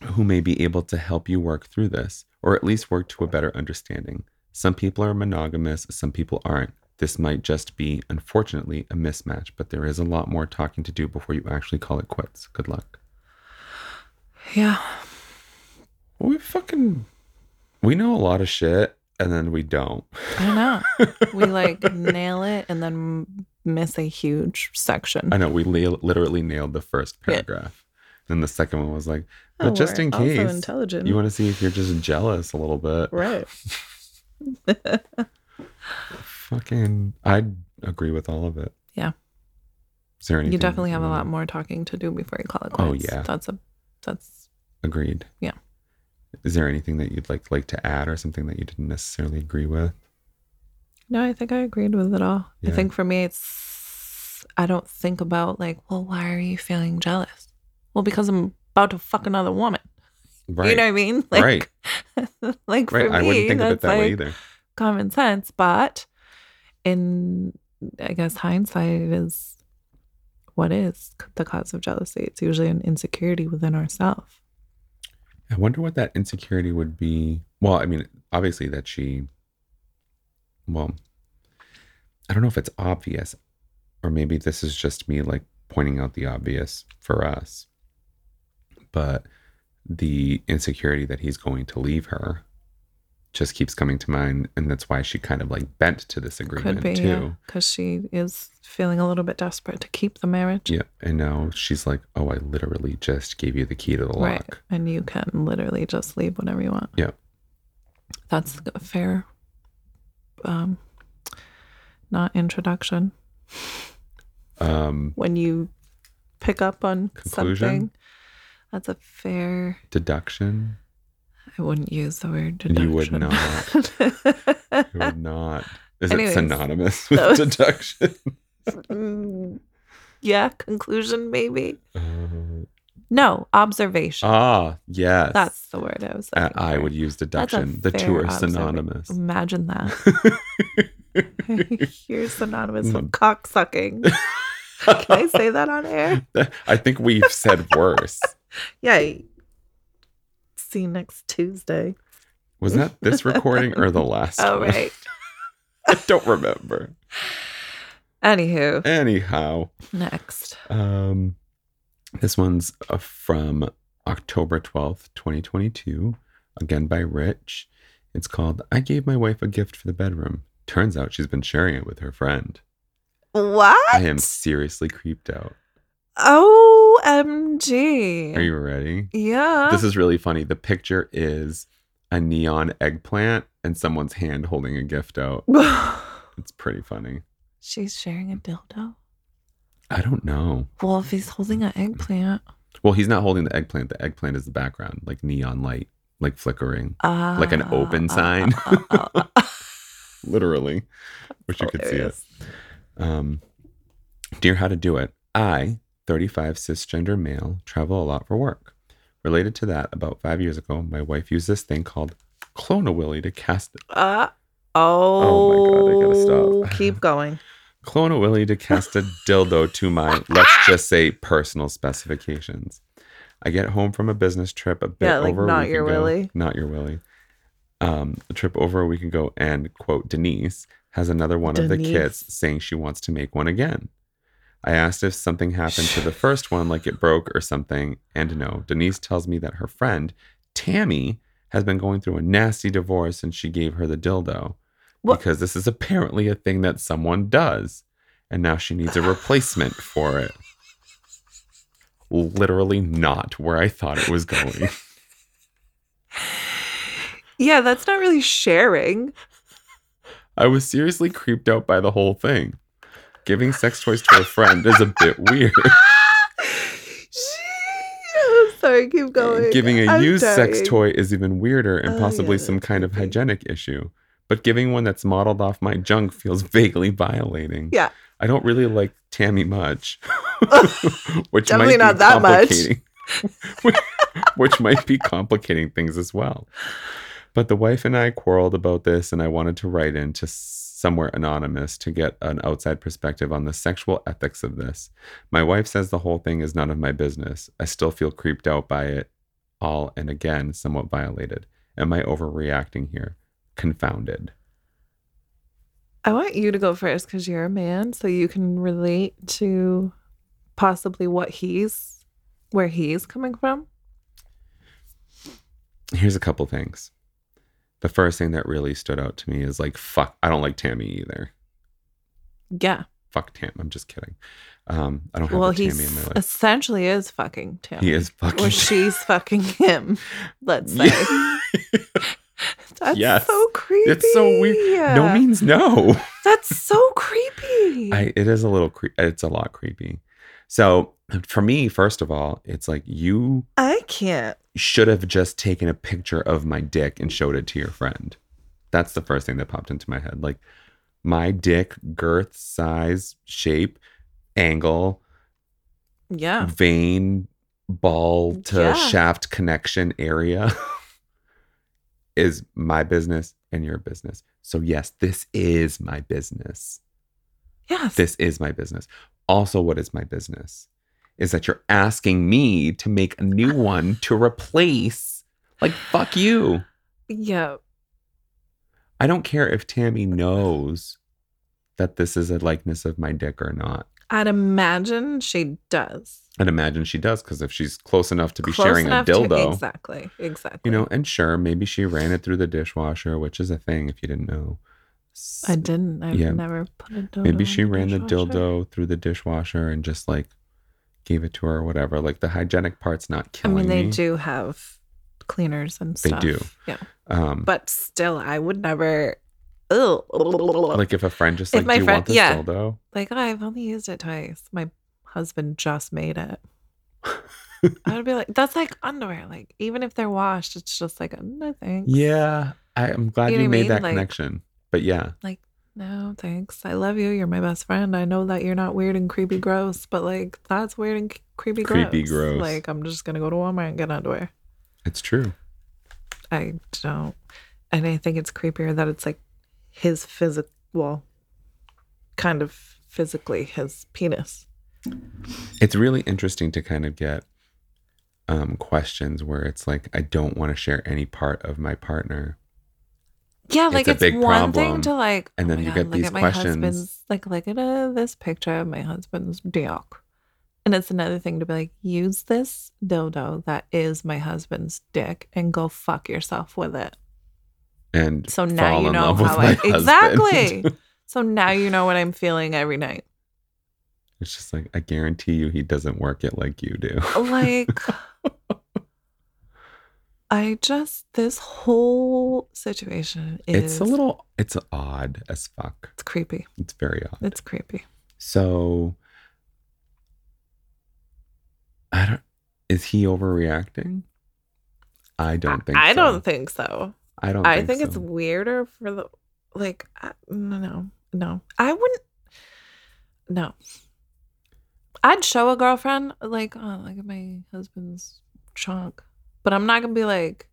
[SPEAKER 4] who may be able to help you work through this, or at least work to a better understanding. Some people are monogamous, some people aren't. This might just be, unfortunately, a mismatch, but there is a lot more talking to do before you actually call it quits. Good luck.
[SPEAKER 2] yeah.
[SPEAKER 4] Well, we fucking. We know a lot of shit, and then we don't.
[SPEAKER 2] I know. we like nail it and then m- miss a huge section.
[SPEAKER 4] I know we li- literally nailed the first
[SPEAKER 2] Yeah.
[SPEAKER 4] paragraph. And the second one was like,
[SPEAKER 2] Oh,
[SPEAKER 4] but just
[SPEAKER 2] we're
[SPEAKER 4] in
[SPEAKER 2] also
[SPEAKER 4] case,
[SPEAKER 2] intelligent.
[SPEAKER 4] you want to see if you're just jealous a little bit.
[SPEAKER 2] right.
[SPEAKER 4] Fucking, I'd agree with all of it.
[SPEAKER 2] Yeah.
[SPEAKER 4] Is there anything?
[SPEAKER 2] You definitely have a
[SPEAKER 4] wanna-
[SPEAKER 2] lot more talking to do before you call it
[SPEAKER 4] Oh,
[SPEAKER 2] quits.
[SPEAKER 4] yeah.
[SPEAKER 2] That's a that's
[SPEAKER 4] Agreed.
[SPEAKER 2] Yeah.
[SPEAKER 4] Is there anything that you'd like like to add or something that you didn't necessarily agree with?
[SPEAKER 2] no, I think I agreed with it all.
[SPEAKER 4] Yeah.
[SPEAKER 2] I think for me it's I don't think about like, well, why are you feeling jealous? Well, because I'm about to fuck another woman.
[SPEAKER 4] Right.
[SPEAKER 2] You know what I mean?
[SPEAKER 4] Right.
[SPEAKER 2] right. like
[SPEAKER 4] right.
[SPEAKER 2] for me,
[SPEAKER 4] I wouldn't think of it
[SPEAKER 2] that's
[SPEAKER 4] that way
[SPEAKER 2] like
[SPEAKER 4] either.
[SPEAKER 2] common sense, but in I guess hindsight it is what is the cause of jealousy. It's usually an insecurity within ourselves.
[SPEAKER 4] I wonder what that insecurity would be. Well, I mean, obviously that she, well, I don't know if it's obvious, or maybe this is just me like pointing out the obvious for us, but the insecurity that he's going to leave her just keeps coming to mind. And that's why she kind of like bent to this agreement
[SPEAKER 2] Could be
[SPEAKER 4] too.
[SPEAKER 2] because she is feeling a little bit desperate to keep the marriage.
[SPEAKER 4] Yeah. And now she's like, oh, I literally just gave you the key to the lock.
[SPEAKER 2] Right. And you can literally just leave whenever you want.
[SPEAKER 4] Yeah.
[SPEAKER 2] That's a fair um not introduction.
[SPEAKER 4] Um,
[SPEAKER 2] When you pick up on
[SPEAKER 4] Conclusion?
[SPEAKER 2] something. That's a fair
[SPEAKER 4] deduction.
[SPEAKER 2] I wouldn't use the word deduction.
[SPEAKER 4] You would
[SPEAKER 2] not.
[SPEAKER 4] It would not. Is
[SPEAKER 2] Anyways,
[SPEAKER 4] it synonymous
[SPEAKER 2] that
[SPEAKER 4] with
[SPEAKER 2] was-
[SPEAKER 4] deduction?
[SPEAKER 2] Mm, yeah, conclusion maybe.
[SPEAKER 4] Uh,
[SPEAKER 2] No, observation.
[SPEAKER 4] ah, yes.
[SPEAKER 2] That's the word I was
[SPEAKER 4] I,
[SPEAKER 2] looking
[SPEAKER 4] I
[SPEAKER 2] for.
[SPEAKER 4] would use
[SPEAKER 2] That's a
[SPEAKER 4] deduction. The two
[SPEAKER 2] fair
[SPEAKER 4] are
[SPEAKER 2] observa-
[SPEAKER 4] synonymous.
[SPEAKER 2] Imagine that. You're synonymous with
[SPEAKER 4] Mm.
[SPEAKER 2] cocksucking. Can I say that on air?
[SPEAKER 4] I think we've said worse.
[SPEAKER 2] Yeah. See you next Tuesday.
[SPEAKER 4] Was that this recording or the last
[SPEAKER 2] All
[SPEAKER 4] one?
[SPEAKER 2] Oh, right.
[SPEAKER 4] I don't remember.
[SPEAKER 2] Anywho,
[SPEAKER 4] Anyhow,
[SPEAKER 2] next.
[SPEAKER 4] um, this one's uh, from October 12th, 2022, again by Rich. It's called I Gave My Wife a Gift for the Bedroom. Turns out she's been sharing it with her friend.
[SPEAKER 2] What?
[SPEAKER 4] I am seriously creeped out.
[SPEAKER 2] OMG.
[SPEAKER 4] Are you ready?
[SPEAKER 2] yeah.
[SPEAKER 4] This is really funny. The picture is a neon eggplant and someone's hand holding a gift out. It's pretty funny.
[SPEAKER 2] She's sharing a dildo.
[SPEAKER 4] I don't know.
[SPEAKER 2] Well, if he's holding an eggplant,
[SPEAKER 4] Well, he's not holding the eggplant. The eggplant is the background, like neon light, like flickering,
[SPEAKER 2] uh,
[SPEAKER 4] like an open sign, literally. Wish
[SPEAKER 2] uh,
[SPEAKER 4] you could see it. Um, dear How to Do It, I, 35 cisgender male, travel a lot for work. Related to that, about five years ago, my wife used this thing called Clone a Willy to cast
[SPEAKER 2] Uh, oh.
[SPEAKER 4] Oh my God, I gotta stop.
[SPEAKER 2] Keep going.
[SPEAKER 4] Clone a Willy to cast a dildo to my, let's just say, personal specifications. I get home from a business trip a bit
[SPEAKER 2] Yeah, like,
[SPEAKER 4] over a
[SPEAKER 2] not
[SPEAKER 4] week
[SPEAKER 2] your
[SPEAKER 4] ago.
[SPEAKER 2] Willy.
[SPEAKER 4] Not your Willy. Um, a trip over a week ago, and quote Denise has another one of the
[SPEAKER 2] Denise.
[SPEAKER 4] kits saying she wants to make one again. I asked if something happened to the first one, like it broke or something, and no. Denise tells me that her friend Tammy has been going through a nasty divorce since she gave her the dildo
[SPEAKER 2] What?
[SPEAKER 4] because this is apparently a thing that someone does and now she needs a replacement for it literally not where i thought it was going
[SPEAKER 2] Yeah, that's not really sharing.
[SPEAKER 4] i was seriously creeped out by the whole thing giving sex toys to a friend is a bit weird
[SPEAKER 2] I'm sorry, keep going.
[SPEAKER 4] giving a
[SPEAKER 2] I'm
[SPEAKER 4] used sex
[SPEAKER 2] dying.
[SPEAKER 4] toy is even weirder and
[SPEAKER 2] Oh,
[SPEAKER 4] possibly
[SPEAKER 2] yeah,
[SPEAKER 4] some
[SPEAKER 2] that's
[SPEAKER 4] kind of
[SPEAKER 2] creepy.
[SPEAKER 4] hygienic issue but giving one that's modeled off my junk feels vaguely violating
[SPEAKER 2] Yeah.
[SPEAKER 4] i don't really like tammy much which
[SPEAKER 2] Definitely
[SPEAKER 4] might
[SPEAKER 2] not
[SPEAKER 4] be
[SPEAKER 2] that much.
[SPEAKER 4] complicating, which might be complicating things as well. But the wife and I quarreled about this, and I wanted to write in to somewhere anonymous to get an outside perspective on the sexual ethics of this. My wife says the whole thing is none of my business. I still feel creeped out by it all, and again, somewhat violated. Am I overreacting here? Confounded.
[SPEAKER 2] I want you to go first because you're a man, so you can relate to possibly what he's, where he's coming from.
[SPEAKER 4] here's a couple things. The first thing that really stood out to me is like, fuck, I don't like Tammy either.
[SPEAKER 2] Yeah.
[SPEAKER 4] Fuck Tam. I'm just kidding. Um, I don't have
[SPEAKER 2] Well,
[SPEAKER 4] a
[SPEAKER 2] he
[SPEAKER 4] Tammy in my life.
[SPEAKER 2] essentially is fucking Tim.
[SPEAKER 4] He is fucking.
[SPEAKER 2] Or she's fucking him, let's say.
[SPEAKER 4] Yeah.
[SPEAKER 2] That's
[SPEAKER 4] Yes.
[SPEAKER 2] so creepy.
[SPEAKER 4] It's so weird. No means no.
[SPEAKER 2] That's so creepy.
[SPEAKER 4] I, it is a little. Cre- it's a lot creepy. So for me, first of all, it's like you
[SPEAKER 2] I can't.
[SPEAKER 4] should have just taken a picture of my dick and showed it to your friend. That's the first thing that popped into my head. Like my dick, girth, size, shape, angle,
[SPEAKER 2] Yeah.
[SPEAKER 4] vein ball to
[SPEAKER 2] Yeah.
[SPEAKER 4] shaft connection area is my business and your business. So, yes, this is my business.
[SPEAKER 2] Yes.
[SPEAKER 4] This is my business. Also, what is my business is that you're asking me to make a new one to replace. Like, fuck you.
[SPEAKER 2] yeah.
[SPEAKER 4] I don't care if Tammy knows that this is a likeness of my dick or not.
[SPEAKER 2] I'd imagine she does.
[SPEAKER 4] I'd imagine she does because if she's close enough to be
[SPEAKER 2] Close
[SPEAKER 4] sharing a
[SPEAKER 2] enough to-
[SPEAKER 4] dildo,
[SPEAKER 2] exactly. Exactly.
[SPEAKER 4] you know, and sure, maybe she ran it through the dishwasher, which is a thing if you didn't know. S-
[SPEAKER 2] I didn't. I've
[SPEAKER 4] Yeah.
[SPEAKER 2] never put a dildo.
[SPEAKER 4] maybe
[SPEAKER 2] in
[SPEAKER 4] she ran the
[SPEAKER 2] dishwasher.
[SPEAKER 4] dildo through the dishwasher and just like gave it to her or whatever. Like the hygienic part's not
[SPEAKER 2] I
[SPEAKER 4] killing
[SPEAKER 2] mean, they
[SPEAKER 4] me.
[SPEAKER 2] do have cleaners and
[SPEAKER 4] They
[SPEAKER 2] stuff.
[SPEAKER 4] do.
[SPEAKER 2] Yeah.
[SPEAKER 4] Um, but
[SPEAKER 2] But still, I would never. Ugh. Like,
[SPEAKER 4] like if a friend just
[SPEAKER 2] If
[SPEAKER 4] like,
[SPEAKER 2] my
[SPEAKER 4] do you
[SPEAKER 2] friend-
[SPEAKER 4] want this
[SPEAKER 2] yeah.
[SPEAKER 4] dildo?
[SPEAKER 2] oh, I've only used it twice. My husband just made it. I would be like, that's like underwear. Like, even if they're washed, it's just like, "Mm, no thanks.
[SPEAKER 4] Yeah, I, I'm glad
[SPEAKER 2] You
[SPEAKER 4] you,
[SPEAKER 2] know what I
[SPEAKER 4] made
[SPEAKER 2] mean?
[SPEAKER 4] that
[SPEAKER 2] Like-
[SPEAKER 4] connection. But yeah,
[SPEAKER 2] No thanks. I love you. You're my best friend. I know that you're not weird and creepy gross, but like, that's weird and c- creepy gross.
[SPEAKER 4] Creepy gross.
[SPEAKER 2] Like, I'm just going to go to Walmart and get underwear.
[SPEAKER 4] it's true.
[SPEAKER 2] I don't. And I think it's creepier that it's like his physical, well, kind of physically his penis.
[SPEAKER 4] It's really interesting to kind of get um, questions where it's like, I don't want to share any part of my partner.
[SPEAKER 2] Yeah,
[SPEAKER 4] It's
[SPEAKER 2] like
[SPEAKER 4] a
[SPEAKER 2] it's,
[SPEAKER 4] big
[SPEAKER 2] one thing
[SPEAKER 4] problem.
[SPEAKER 2] to like,
[SPEAKER 4] And
[SPEAKER 2] oh
[SPEAKER 4] then
[SPEAKER 2] my
[SPEAKER 4] you
[SPEAKER 2] God,
[SPEAKER 4] get
[SPEAKER 2] look
[SPEAKER 4] these
[SPEAKER 2] at my
[SPEAKER 4] questions.
[SPEAKER 2] husband's, like, look at uh, this picture of my husband's dick. And it's another thing to be like, use this dildo that is my husband's dick and go fuck yourself with it.
[SPEAKER 4] And
[SPEAKER 2] So now
[SPEAKER 4] fall
[SPEAKER 2] you
[SPEAKER 4] in
[SPEAKER 2] know
[SPEAKER 4] love with
[SPEAKER 2] how
[SPEAKER 4] my
[SPEAKER 2] I
[SPEAKER 4] husband.
[SPEAKER 2] exactly. so now you know what I'm feeling every night.
[SPEAKER 4] it's just like, I guarantee you he doesn't work it like you do.
[SPEAKER 2] like I just this whole situation is
[SPEAKER 4] It's a little, it's odd as fuck.
[SPEAKER 2] it's creepy.
[SPEAKER 4] It's very odd.
[SPEAKER 2] It's creepy.
[SPEAKER 4] So I don't is he overreacting? I don't think
[SPEAKER 2] I,
[SPEAKER 4] so.
[SPEAKER 2] don't think so.
[SPEAKER 4] I don't
[SPEAKER 2] I think, it's
[SPEAKER 4] so.
[SPEAKER 2] weirder for the like I, no no no. I wouldn't no. I'd show a girlfriend like oh look at my husband's chunk, but I'm not gonna be like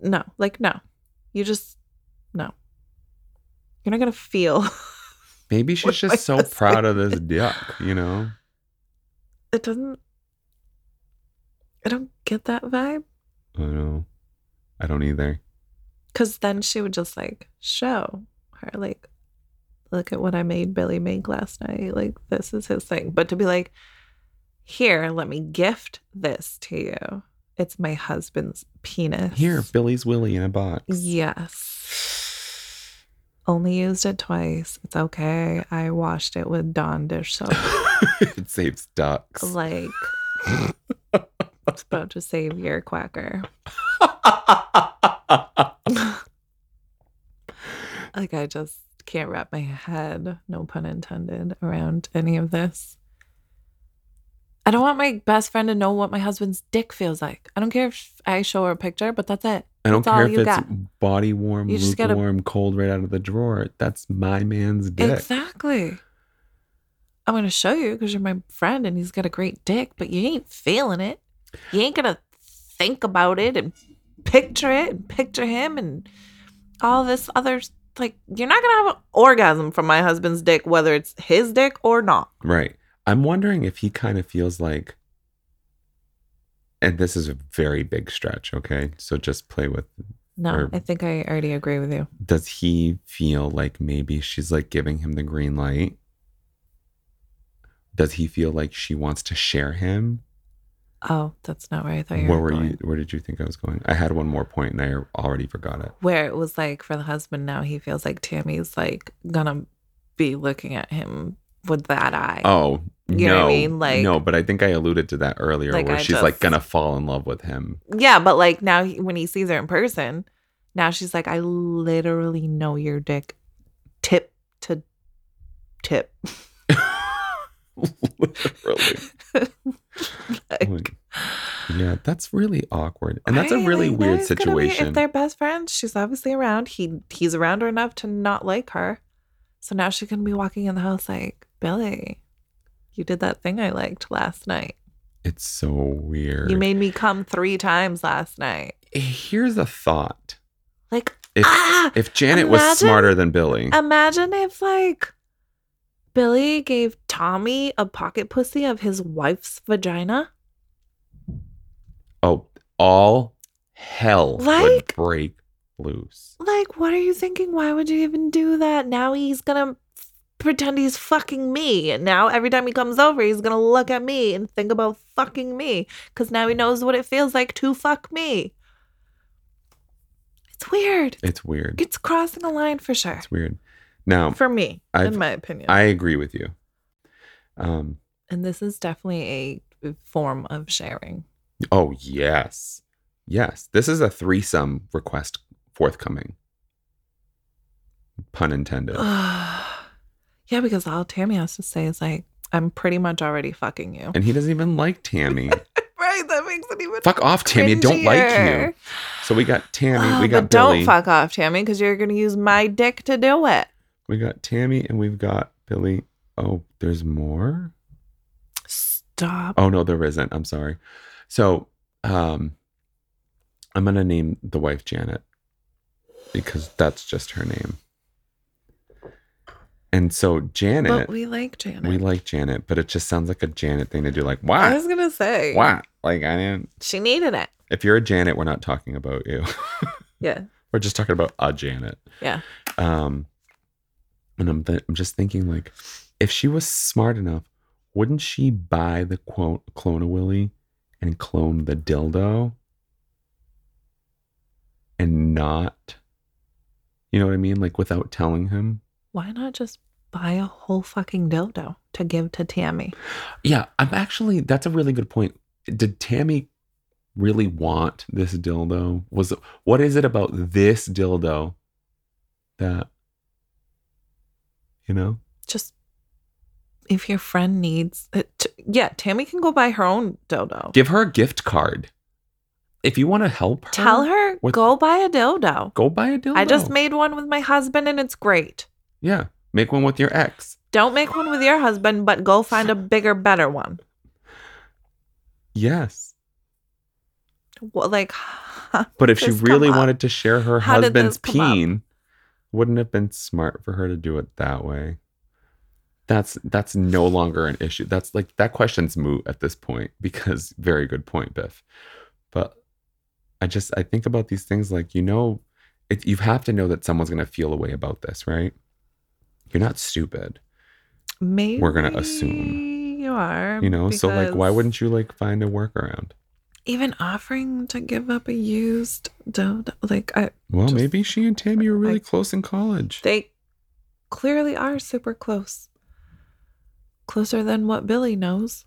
[SPEAKER 2] no like no. You just no. You're not gonna feel.
[SPEAKER 4] maybe she's
[SPEAKER 2] what my
[SPEAKER 4] just so
[SPEAKER 2] husband-
[SPEAKER 4] proud of this dick, you know?
[SPEAKER 2] It doesn't. I don't get that vibe
[SPEAKER 4] I don't know. I don't either.
[SPEAKER 2] because then she would just like show her like, look at what I made Billy make last night. Like this is his thing, but to be like, here, let me gift this to you. It's my husband's penis.
[SPEAKER 4] Here, Billy's Willy in a box.
[SPEAKER 2] Yes. Only used it twice. It's okay. I washed it with Dawn dish soap.
[SPEAKER 4] it saves ducks.
[SPEAKER 2] like, it's about to save your quacker. Like, I just can't wrap my head, no pun intended, around any of this. I don't want my best friend to know what my husband's dick feels like. I don't care if I show her a picture, but that's it.
[SPEAKER 4] I don't
[SPEAKER 2] That's all
[SPEAKER 4] care if
[SPEAKER 2] you
[SPEAKER 4] it's
[SPEAKER 2] got.
[SPEAKER 4] body warm,
[SPEAKER 2] You just gotta-
[SPEAKER 4] lukewarm, cold right out of the drawer. That's my man's dick.
[SPEAKER 2] Exactly. I'm going to show you because you're my friend and he's got a great dick, but you ain't feeling it. You ain't going to think about it and picture it and picture him and all this other. Like, you're not going to have an orgasm from my husband's dick, whether it's his dick or not.
[SPEAKER 4] Right. I'm wondering if he kind of feels like, and this is a very big stretch, okay? So just play with.
[SPEAKER 2] No,
[SPEAKER 4] Or-
[SPEAKER 2] I think I already agree with you.
[SPEAKER 4] Does he feel like maybe she's like giving him the green light? Does he feel like she wants to share him?
[SPEAKER 2] Oh, that's not where I thought you
[SPEAKER 4] where
[SPEAKER 2] were
[SPEAKER 4] were
[SPEAKER 2] going.
[SPEAKER 4] you? Where did you think I was going? I had one more point and I already forgot it.
[SPEAKER 2] Where it was like for the husband, now he feels like Tammy's like gonna be looking at him with that eye.
[SPEAKER 4] Oh,
[SPEAKER 2] You
[SPEAKER 4] no.
[SPEAKER 2] know what I mean? Like-
[SPEAKER 4] no, but I think I alluded to that earlier
[SPEAKER 2] Like,
[SPEAKER 4] where
[SPEAKER 2] I
[SPEAKER 4] she's like
[SPEAKER 2] just-
[SPEAKER 4] gonna fall in love with him.
[SPEAKER 2] Yeah, but like now he, when he sees her in person, now she's like, I literally know your dick tip to tip.
[SPEAKER 4] Literally.
[SPEAKER 2] Like,
[SPEAKER 4] Like, yeah, that's really awkward. And that's a
[SPEAKER 2] right?
[SPEAKER 4] really
[SPEAKER 2] Like,
[SPEAKER 4] weird
[SPEAKER 2] there's gonna be-
[SPEAKER 4] situation.
[SPEAKER 2] if they're best friends, she's obviously around. He he's around her enough to not like her. So now she can be walking in the house like, Billy, You did that thing I liked last night.
[SPEAKER 4] It's so weird. Eh,
[SPEAKER 2] You made me come three times last night.
[SPEAKER 4] Here's a thought.
[SPEAKER 2] Like,
[SPEAKER 4] If-
[SPEAKER 2] ah!
[SPEAKER 4] If Janet
[SPEAKER 2] Imagine-
[SPEAKER 4] was smarter than Billy,
[SPEAKER 2] Imagine if, like, Billy gave Tommy a pocket pussy of his wife's vagina.
[SPEAKER 4] oh, all hell would
[SPEAKER 2] Like-
[SPEAKER 4] break loose.
[SPEAKER 2] Like, what are you thinking? Why would you even do that? Now he's gonna pretend he's fucking me. And now every time he comes over, he's gonna look at me and think about fucking me. Cause now he knows what it feels like to fuck me. It's weird.
[SPEAKER 4] It's weird.
[SPEAKER 2] It's crossing a line for sure.
[SPEAKER 4] It's weird. Now,
[SPEAKER 2] For me,
[SPEAKER 4] Um, I've-
[SPEAKER 2] in my opinion.
[SPEAKER 4] I agree with you. Um,
[SPEAKER 2] and this is definitely a form of sharing.
[SPEAKER 4] oh yes. Yes. This is a threesome request forthcoming. Pun intended.
[SPEAKER 2] Oh. yeah, because all Tammy has to say is like, I'm pretty much already fucking you.
[SPEAKER 4] And he doesn't even like Tammy.
[SPEAKER 2] Right, that makes it even
[SPEAKER 4] Fuck off, Tammy. I Don't like you.
[SPEAKER 2] Cringier.
[SPEAKER 4] So we got Tammy,
[SPEAKER 2] Oh,
[SPEAKER 4] we got
[SPEAKER 2] but
[SPEAKER 4] Billy,
[SPEAKER 2] don't fuck off, Tammy, because you're gonna use my dick to do it.
[SPEAKER 4] we got Tammy, and we've got Billy. Oh, there's more.
[SPEAKER 2] Stop.
[SPEAKER 4] Oh no, there isn't. I'm sorry. So, um, I'm gonna name the wife Janet because that's just her name. And so Janet,
[SPEAKER 2] but we like Janet.
[SPEAKER 4] we, like Janet, but it just sounds like a Janet thing to do. Like
[SPEAKER 2] I
[SPEAKER 4] what?
[SPEAKER 2] was gonna say
[SPEAKER 4] What? Like I didn't.
[SPEAKER 2] she needed it.
[SPEAKER 4] If you're a Janet, we're not talking about you.
[SPEAKER 2] Yeah.
[SPEAKER 4] We're just talking about a Janet.
[SPEAKER 2] Yeah.
[SPEAKER 4] Um, and I'm th- I'm just thinking like, if she was smart enough, wouldn't she buy the quote clone a Willy and clone the dildo, and not, you know what I mean? Like without telling him.
[SPEAKER 2] Why not just buy a whole fucking dildo to give to Tammy?
[SPEAKER 4] Yeah, I'm actually. That's a really good point. Did Tammy really want this dildo? Was what is it about this dildo that you know?
[SPEAKER 2] Just if your friend needs it, to, yeah, Tammy can go buy her own dildo.
[SPEAKER 4] Give her a gift card. If you want to help her,
[SPEAKER 2] Tell her
[SPEAKER 4] What-
[SPEAKER 2] go buy a dildo.
[SPEAKER 4] Go buy a dildo.
[SPEAKER 2] I just made one with my husband and it's great.
[SPEAKER 4] yeah. Make one with your ex.
[SPEAKER 2] Don't make one with your husband, but go find a bigger, better one.
[SPEAKER 4] Yes,
[SPEAKER 2] Well, like,
[SPEAKER 4] but if she
[SPEAKER 2] This come
[SPEAKER 4] really
[SPEAKER 2] up.
[SPEAKER 4] wanted to share her
[SPEAKER 2] How did
[SPEAKER 4] husband's
[SPEAKER 2] this come up?
[SPEAKER 4] peen, wouldn't have been smart for her to do it that way. That's that's no longer an issue. That's like that question's moot at this point because very good point, Biff. But I just I think about these things like you know, it, you have to know that someone's gonna feel a way about this, right? You're not stupid.
[SPEAKER 2] maybe
[SPEAKER 4] gonna assume.
[SPEAKER 2] you are.
[SPEAKER 4] you know so like why
[SPEAKER 2] because
[SPEAKER 4] wouldn't you like find a workaround
[SPEAKER 2] even offering to give up a used dildo? Like, I,
[SPEAKER 4] well
[SPEAKER 2] Just-
[SPEAKER 4] maybe she and tammy were really
[SPEAKER 2] I-
[SPEAKER 4] close in college
[SPEAKER 2] they clearly are super close, closer than what Billy knows.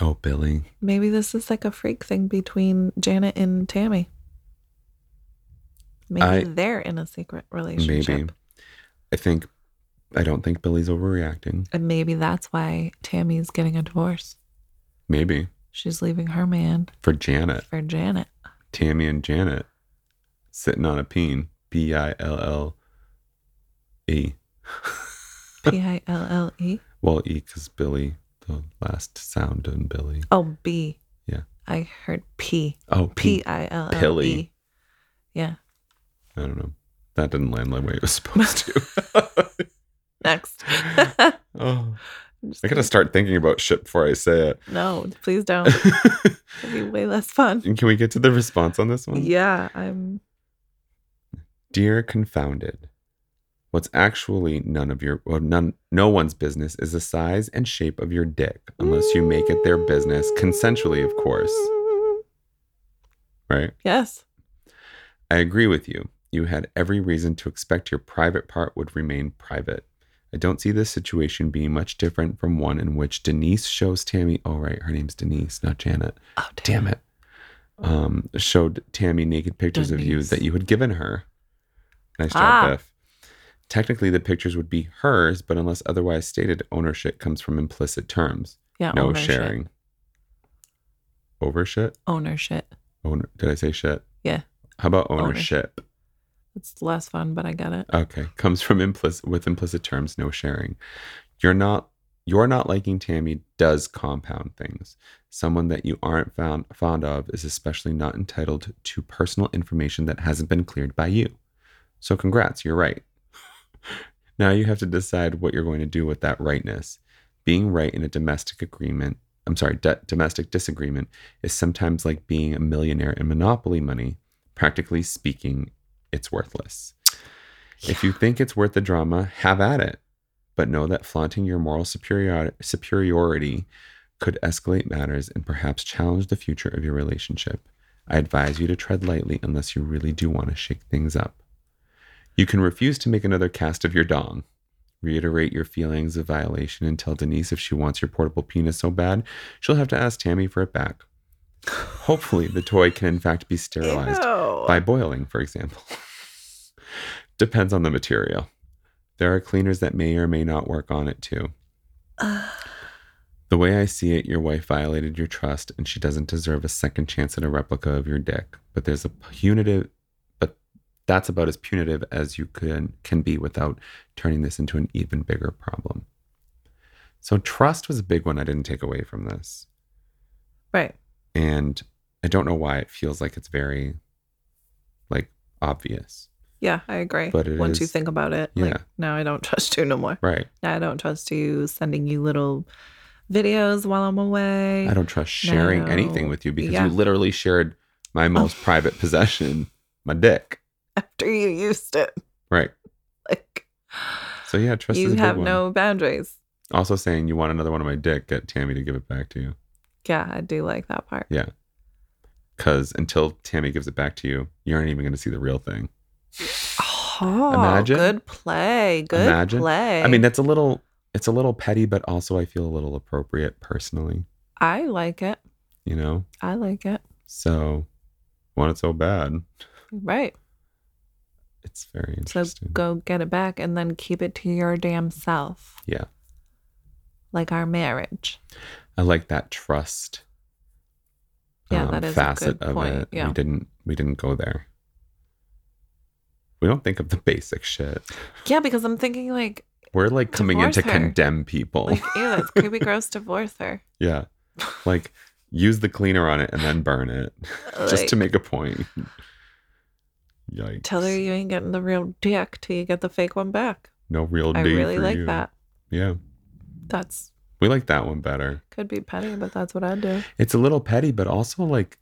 [SPEAKER 4] oh billy
[SPEAKER 2] Maybe this is like a freak thing between Janet and Tammy. Maybe
[SPEAKER 4] I-
[SPEAKER 2] they're in a secret relationship.
[SPEAKER 4] maybe i think i don't think billy's overreacting
[SPEAKER 2] And maybe that's why Tammy's getting a divorce.
[SPEAKER 4] maybe
[SPEAKER 2] She's leaving her man
[SPEAKER 4] for janet
[SPEAKER 2] for Janet.
[SPEAKER 4] tammy and janet sitting on a peen b-i-l-l-e
[SPEAKER 2] P I L L E.
[SPEAKER 4] E. well e because billy the last sound in billy
[SPEAKER 2] Oh, B.
[SPEAKER 4] Yeah.
[SPEAKER 2] I heard P.
[SPEAKER 4] oh
[SPEAKER 2] P
[SPEAKER 4] peen
[SPEAKER 2] I L L E.
[SPEAKER 4] Pilly.
[SPEAKER 2] Yeah.
[SPEAKER 4] i don't know that didn't land the way it was supposed to
[SPEAKER 2] Next.
[SPEAKER 4] oh i gotta start thinking about shit before i say it
[SPEAKER 2] No, please don't. It'd be way less fun.
[SPEAKER 4] And Can we get to the response on this one?
[SPEAKER 2] Oh. Yeah, I'm.
[SPEAKER 4] Dear confounded, what's actually none of your or none no one's business is the size and shape of your dick, unless you make it their business consensually, of course. Right?
[SPEAKER 2] Yes.
[SPEAKER 4] I agree with you. You had every reason to expect your private part would remain private. I don't see this situation being much different from one in which Denise shows Tammy. Oh, right, her name's Denise, not Janet.
[SPEAKER 2] Oh,
[SPEAKER 4] damn it um showed tammy naked pictures of you
[SPEAKER 2] Denise.
[SPEAKER 4] that you had given her nice job
[SPEAKER 2] Ah.
[SPEAKER 4] beth technically the pictures would be hers but unless otherwise stated ownership comes from implicit terms
[SPEAKER 2] Yeah.
[SPEAKER 4] no
[SPEAKER 2] ownership.
[SPEAKER 4] sharing over shit
[SPEAKER 2] Ownership.
[SPEAKER 4] owner did i say shit
[SPEAKER 2] Yeah.
[SPEAKER 4] how about
[SPEAKER 2] Owner.
[SPEAKER 4] ownership
[SPEAKER 2] It's less fun, but I get it.
[SPEAKER 4] Okay. Comes from implicit with implicit terms, no sharing. You're not Your not liking Tammy does compound things. Someone that you aren't found, fond of is especially not entitled to personal information that hasn't been cleared by you. So, congrats, you're right. now you have to decide what you're going to do with that rightness. Being right in a domestic agreement, I'm sorry, de- domestic disagreement, is sometimes like being a millionaire in monopoly money. Practically speaking, it's worthless. If you think it's worth the drama, have at it. But know that flaunting your moral superior- superiority could escalate matters and perhaps challenge the future of your relationship. I advise you to tread lightly unless you really do want to shake things up. You can refuse to make another cast of your dong. Reiterate your feelings of violation and tell Denise if she wants your portable penis so bad, she'll have to ask Tammy for it back. Hopefully, the toy can in fact be sterilized
[SPEAKER 2] Ew.
[SPEAKER 4] by boiling, for example. Depends on the material. There are cleaners that may or may not work on it too. The way I see it, your wife violated your trust and she doesn't deserve a second chance at a replica of your dick. But there's a punitive, but that's about as punitive as you can, can be without turning this into an even bigger problem. So, trust was a big one I didn't take away from this
[SPEAKER 2] right.
[SPEAKER 4] and I don't know why it feels like it's very like obvious.
[SPEAKER 2] Yeah, I agree.
[SPEAKER 4] But it
[SPEAKER 2] Once you
[SPEAKER 4] is-
[SPEAKER 2] think about it,
[SPEAKER 4] yeah.
[SPEAKER 2] like now I don't trust you no more.
[SPEAKER 4] Right.
[SPEAKER 2] Now I don't trust you sending you little videos while I'm away.
[SPEAKER 4] I don't trust sharing
[SPEAKER 2] No.
[SPEAKER 4] anything with you because
[SPEAKER 2] Yeah.
[SPEAKER 4] you literally shared my most private possession, my dick.
[SPEAKER 2] After you used it,
[SPEAKER 4] Right.
[SPEAKER 2] like
[SPEAKER 4] So yeah, trust is
[SPEAKER 2] you
[SPEAKER 4] a big
[SPEAKER 2] have
[SPEAKER 4] one.
[SPEAKER 2] no boundaries.
[SPEAKER 4] Also saying you want another one of my dick, get Tammy to give it back to you.
[SPEAKER 2] Yeah, I do like that part.
[SPEAKER 4] Yeah. Cause until Tammy gives it back to you, you aren't even gonna see the real thing.
[SPEAKER 2] Oh,
[SPEAKER 4] Imagine-
[SPEAKER 2] good play. Good
[SPEAKER 4] Imagine-
[SPEAKER 2] play.
[SPEAKER 4] I mean, that's a little it's a little petty, but also I feel a little appropriate personally,
[SPEAKER 2] I like it.
[SPEAKER 4] you know?
[SPEAKER 2] I like it.
[SPEAKER 4] So want it so bad.
[SPEAKER 2] Right.
[SPEAKER 4] It's very
[SPEAKER 2] So
[SPEAKER 4] interesting.
[SPEAKER 2] go get it back and then keep it to your damn self.
[SPEAKER 4] Yeah.
[SPEAKER 2] Like our marriage.
[SPEAKER 4] I like that trust. um,
[SPEAKER 2] Yeah, that is a good point, yeah.
[SPEAKER 4] We didn't we didn't go there. We don't think of the basic shit.
[SPEAKER 2] Yeah, because I'm thinking like,
[SPEAKER 4] We're like coming in to
[SPEAKER 2] Divorce her.
[SPEAKER 4] condemn people.
[SPEAKER 2] like ew, that's creepy, gross. Divorce her.
[SPEAKER 4] yeah. Like use the cleaner on it and then burn it. just to
[SPEAKER 2] Like,
[SPEAKER 4] make a point. Yikes.
[SPEAKER 2] Tell her you ain't getting the real dick till you get the fake one back.
[SPEAKER 4] no real
[SPEAKER 2] I
[SPEAKER 4] D
[SPEAKER 2] really
[SPEAKER 4] for
[SPEAKER 2] like
[SPEAKER 4] you.
[SPEAKER 2] that.
[SPEAKER 4] Yeah.
[SPEAKER 2] That's
[SPEAKER 4] We like that one better.
[SPEAKER 2] could be petty, but that's what I do.
[SPEAKER 4] It's a little petty, but also like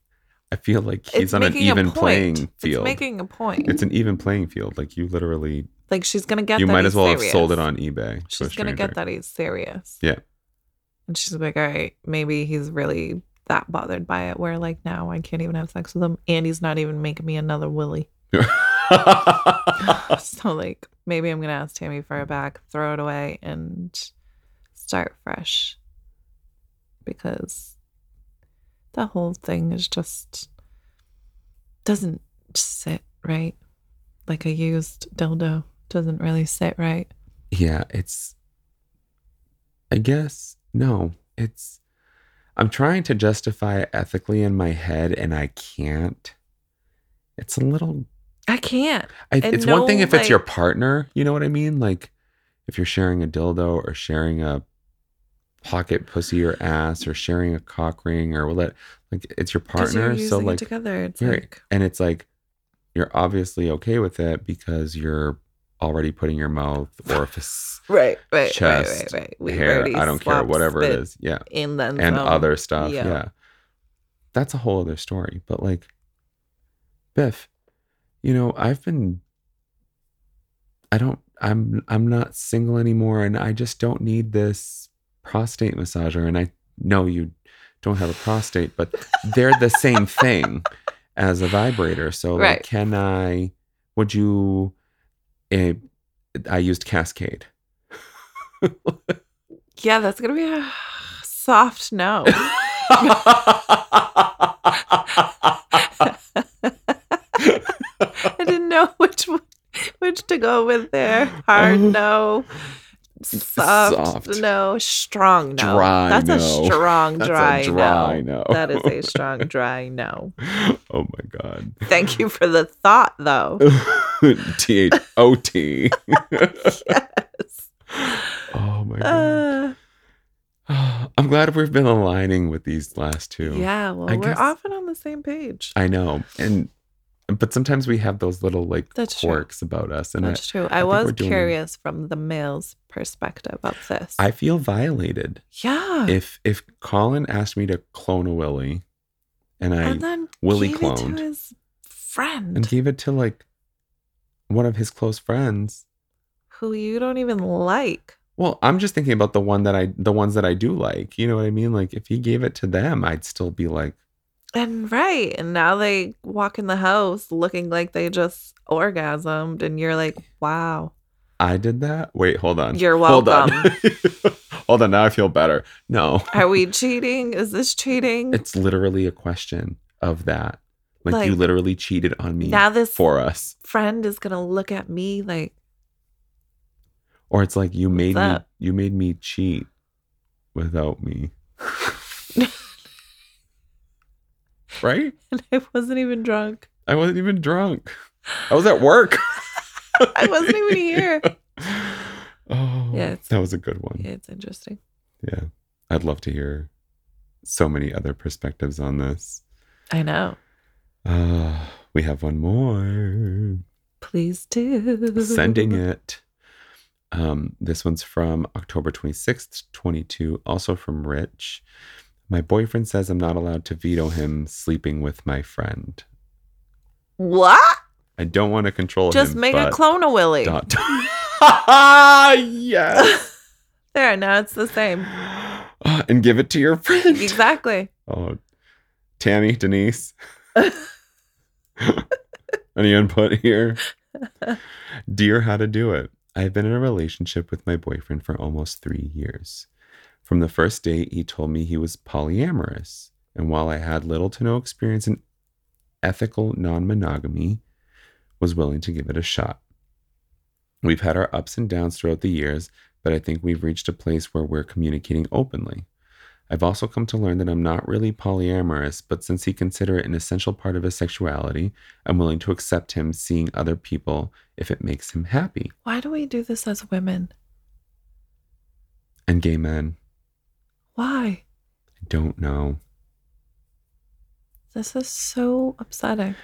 [SPEAKER 4] I feel like he's on an
[SPEAKER 2] making a
[SPEAKER 4] even
[SPEAKER 2] point.
[SPEAKER 4] playing field.
[SPEAKER 2] It's making a point.
[SPEAKER 4] It's an even playing field. Like you literally,
[SPEAKER 2] like she's gonna get.
[SPEAKER 4] you
[SPEAKER 2] that
[SPEAKER 4] might
[SPEAKER 2] he's
[SPEAKER 4] as well
[SPEAKER 2] serious.
[SPEAKER 4] have sold it on eBay. to a
[SPEAKER 2] She's gonna
[SPEAKER 4] stranger.
[SPEAKER 2] get that he's serious.
[SPEAKER 4] Yeah.
[SPEAKER 2] And she's like, all right, maybe he's really that bothered by it. Where like now I can't even have sex with him, and he's not even making me another willy. so like maybe I'm gonna ask Tammy for it back, throw it away, and start fresh. Because the whole thing is just doesn't sit right. Like a used dildo doesn't really sit right.
[SPEAKER 4] yeah, it's. I guess no. It's. I'm trying to justify it ethically in my head, and I can't. It's a little.
[SPEAKER 2] I can't.
[SPEAKER 4] I,
[SPEAKER 2] And
[SPEAKER 4] it's one thing
[SPEAKER 2] no,
[SPEAKER 4] if it's your
[SPEAKER 2] like-
[SPEAKER 4] partner. You know what I mean? Like, if you're sharing a dildo or sharing a pocket pussy or ass or sharing a cock ring or what? Like, it's your
[SPEAKER 2] 'Cause you're
[SPEAKER 4] partner. So
[SPEAKER 2] using it
[SPEAKER 4] like,
[SPEAKER 2] together. It's
[SPEAKER 4] Right.
[SPEAKER 2] like
[SPEAKER 4] And it's like you're obviously okay with it because you're already putting your mouth orifice
[SPEAKER 2] right, right,
[SPEAKER 4] Chest,
[SPEAKER 2] right, right, right.
[SPEAKER 4] hair,
[SPEAKER 2] already
[SPEAKER 4] I don't care,
[SPEAKER 2] swapped
[SPEAKER 4] whatever it
[SPEAKER 2] spit
[SPEAKER 4] is. Yeah.
[SPEAKER 2] in then
[SPEAKER 4] And
[SPEAKER 2] some.
[SPEAKER 4] other stuff.
[SPEAKER 2] yeah.
[SPEAKER 4] Yeah. That's a whole other story. But like Biff, you know, I've been I don't I'm I'm not single anymore and I just don't need this prostate massager and I know you don't have a prostate, but they're the same thing as a vibrator. So like,
[SPEAKER 2] Right.
[SPEAKER 4] can I would you eh, I used Cascade.
[SPEAKER 2] Yeah, that's gonna be a soft no. I didn't know which one- which to go with there. Hard no, soft,
[SPEAKER 4] Uh, Soft.
[SPEAKER 2] no, strong no.
[SPEAKER 4] Dry
[SPEAKER 2] That's
[SPEAKER 4] no.
[SPEAKER 2] a strong
[SPEAKER 4] That's a
[SPEAKER 2] dry,
[SPEAKER 4] dry
[SPEAKER 2] no.
[SPEAKER 4] no.
[SPEAKER 2] That is a strong dry no.
[SPEAKER 4] oh my god.
[SPEAKER 2] Thank you for the thought, though.
[SPEAKER 4] T H O T.
[SPEAKER 2] yes.
[SPEAKER 4] Oh my god.
[SPEAKER 2] Uh,
[SPEAKER 4] I'm glad we've been aligning with these last two.
[SPEAKER 2] Yeah, well,
[SPEAKER 4] I
[SPEAKER 2] we're
[SPEAKER 4] guess-
[SPEAKER 2] often on the same page.
[SPEAKER 4] I know. And but sometimes we have those little like
[SPEAKER 2] That's true.
[SPEAKER 4] quirks about us. And I,
[SPEAKER 2] That's true. I,
[SPEAKER 4] think we're
[SPEAKER 2] was
[SPEAKER 4] doing-
[SPEAKER 2] curious from the male's perspective of this.
[SPEAKER 4] I feel violated.
[SPEAKER 2] yeah.
[SPEAKER 4] If if Colin asked me to clone a Willy and I
[SPEAKER 2] and then
[SPEAKER 4] Willy
[SPEAKER 2] gave it
[SPEAKER 4] cloned.
[SPEAKER 2] to his friend
[SPEAKER 4] and gave it to like one of his close friends.
[SPEAKER 2] who you don't even like.
[SPEAKER 4] Well, I'm just thinking about the one that I the ones that I do like. You know what I mean? Like if he gave it to them, I'd still be like,
[SPEAKER 2] And right. And now they walk in the house looking like they just orgasmed. And you're like, wow.
[SPEAKER 4] I did that. Wait, hold on.
[SPEAKER 2] You're
[SPEAKER 4] Hold on. hold on. Now I feel better. No.
[SPEAKER 2] Are we cheating? Is this cheating?
[SPEAKER 4] It's literally a question of that. Like, you
[SPEAKER 2] Like,
[SPEAKER 4] literally cheated on me
[SPEAKER 2] now this
[SPEAKER 4] for us.
[SPEAKER 2] friend is going to look at me like,
[SPEAKER 4] Or it's like you made me
[SPEAKER 2] up?
[SPEAKER 4] you made me cheat without me. right?
[SPEAKER 2] and I wasn't even drunk.
[SPEAKER 4] I wasn't even drunk. I was at work.
[SPEAKER 2] I wasn't even here.
[SPEAKER 4] Oh,
[SPEAKER 2] Yeah, it's-
[SPEAKER 4] that was a good one.
[SPEAKER 2] Yeah, it's interesting.
[SPEAKER 4] yeah. I'd love to hear so many other perspectives on this.
[SPEAKER 2] I know.
[SPEAKER 4] Uh, we have one more.
[SPEAKER 2] Please do.
[SPEAKER 4] Sending it. Um, this one's from October 26th, 22, also from Rich. My boyfriend says I'm not allowed to veto him sleeping with my friend.
[SPEAKER 2] What?
[SPEAKER 4] I don't want to control
[SPEAKER 2] Just
[SPEAKER 4] him.
[SPEAKER 2] make a
[SPEAKER 4] but
[SPEAKER 2] clone of Willy.
[SPEAKER 4] Dot, dot. yes.
[SPEAKER 2] There, now it's the same.
[SPEAKER 4] Uh, and give it to your friend.
[SPEAKER 2] Exactly.
[SPEAKER 4] Oh, Tammy, Denise. Any input here? Dear How to Do It. I've been in a relationship with my boyfriend for almost three years. From the first date, he told me he was polyamorous. And while I had little to no experience in ethical non monogamy, was willing to give it a shot. We've had our ups and downs throughout the years, but I think we've reached a place where we're communicating openly. I've also come to learn that I'm not really polyamorous, but since he considered it an essential part of his sexuality, I'm willing to accept him seeing other people if it makes him happy.
[SPEAKER 2] Why do we do this as women?
[SPEAKER 4] And gay men, I
[SPEAKER 2] Why?
[SPEAKER 4] don't know.
[SPEAKER 2] This is so upsetting.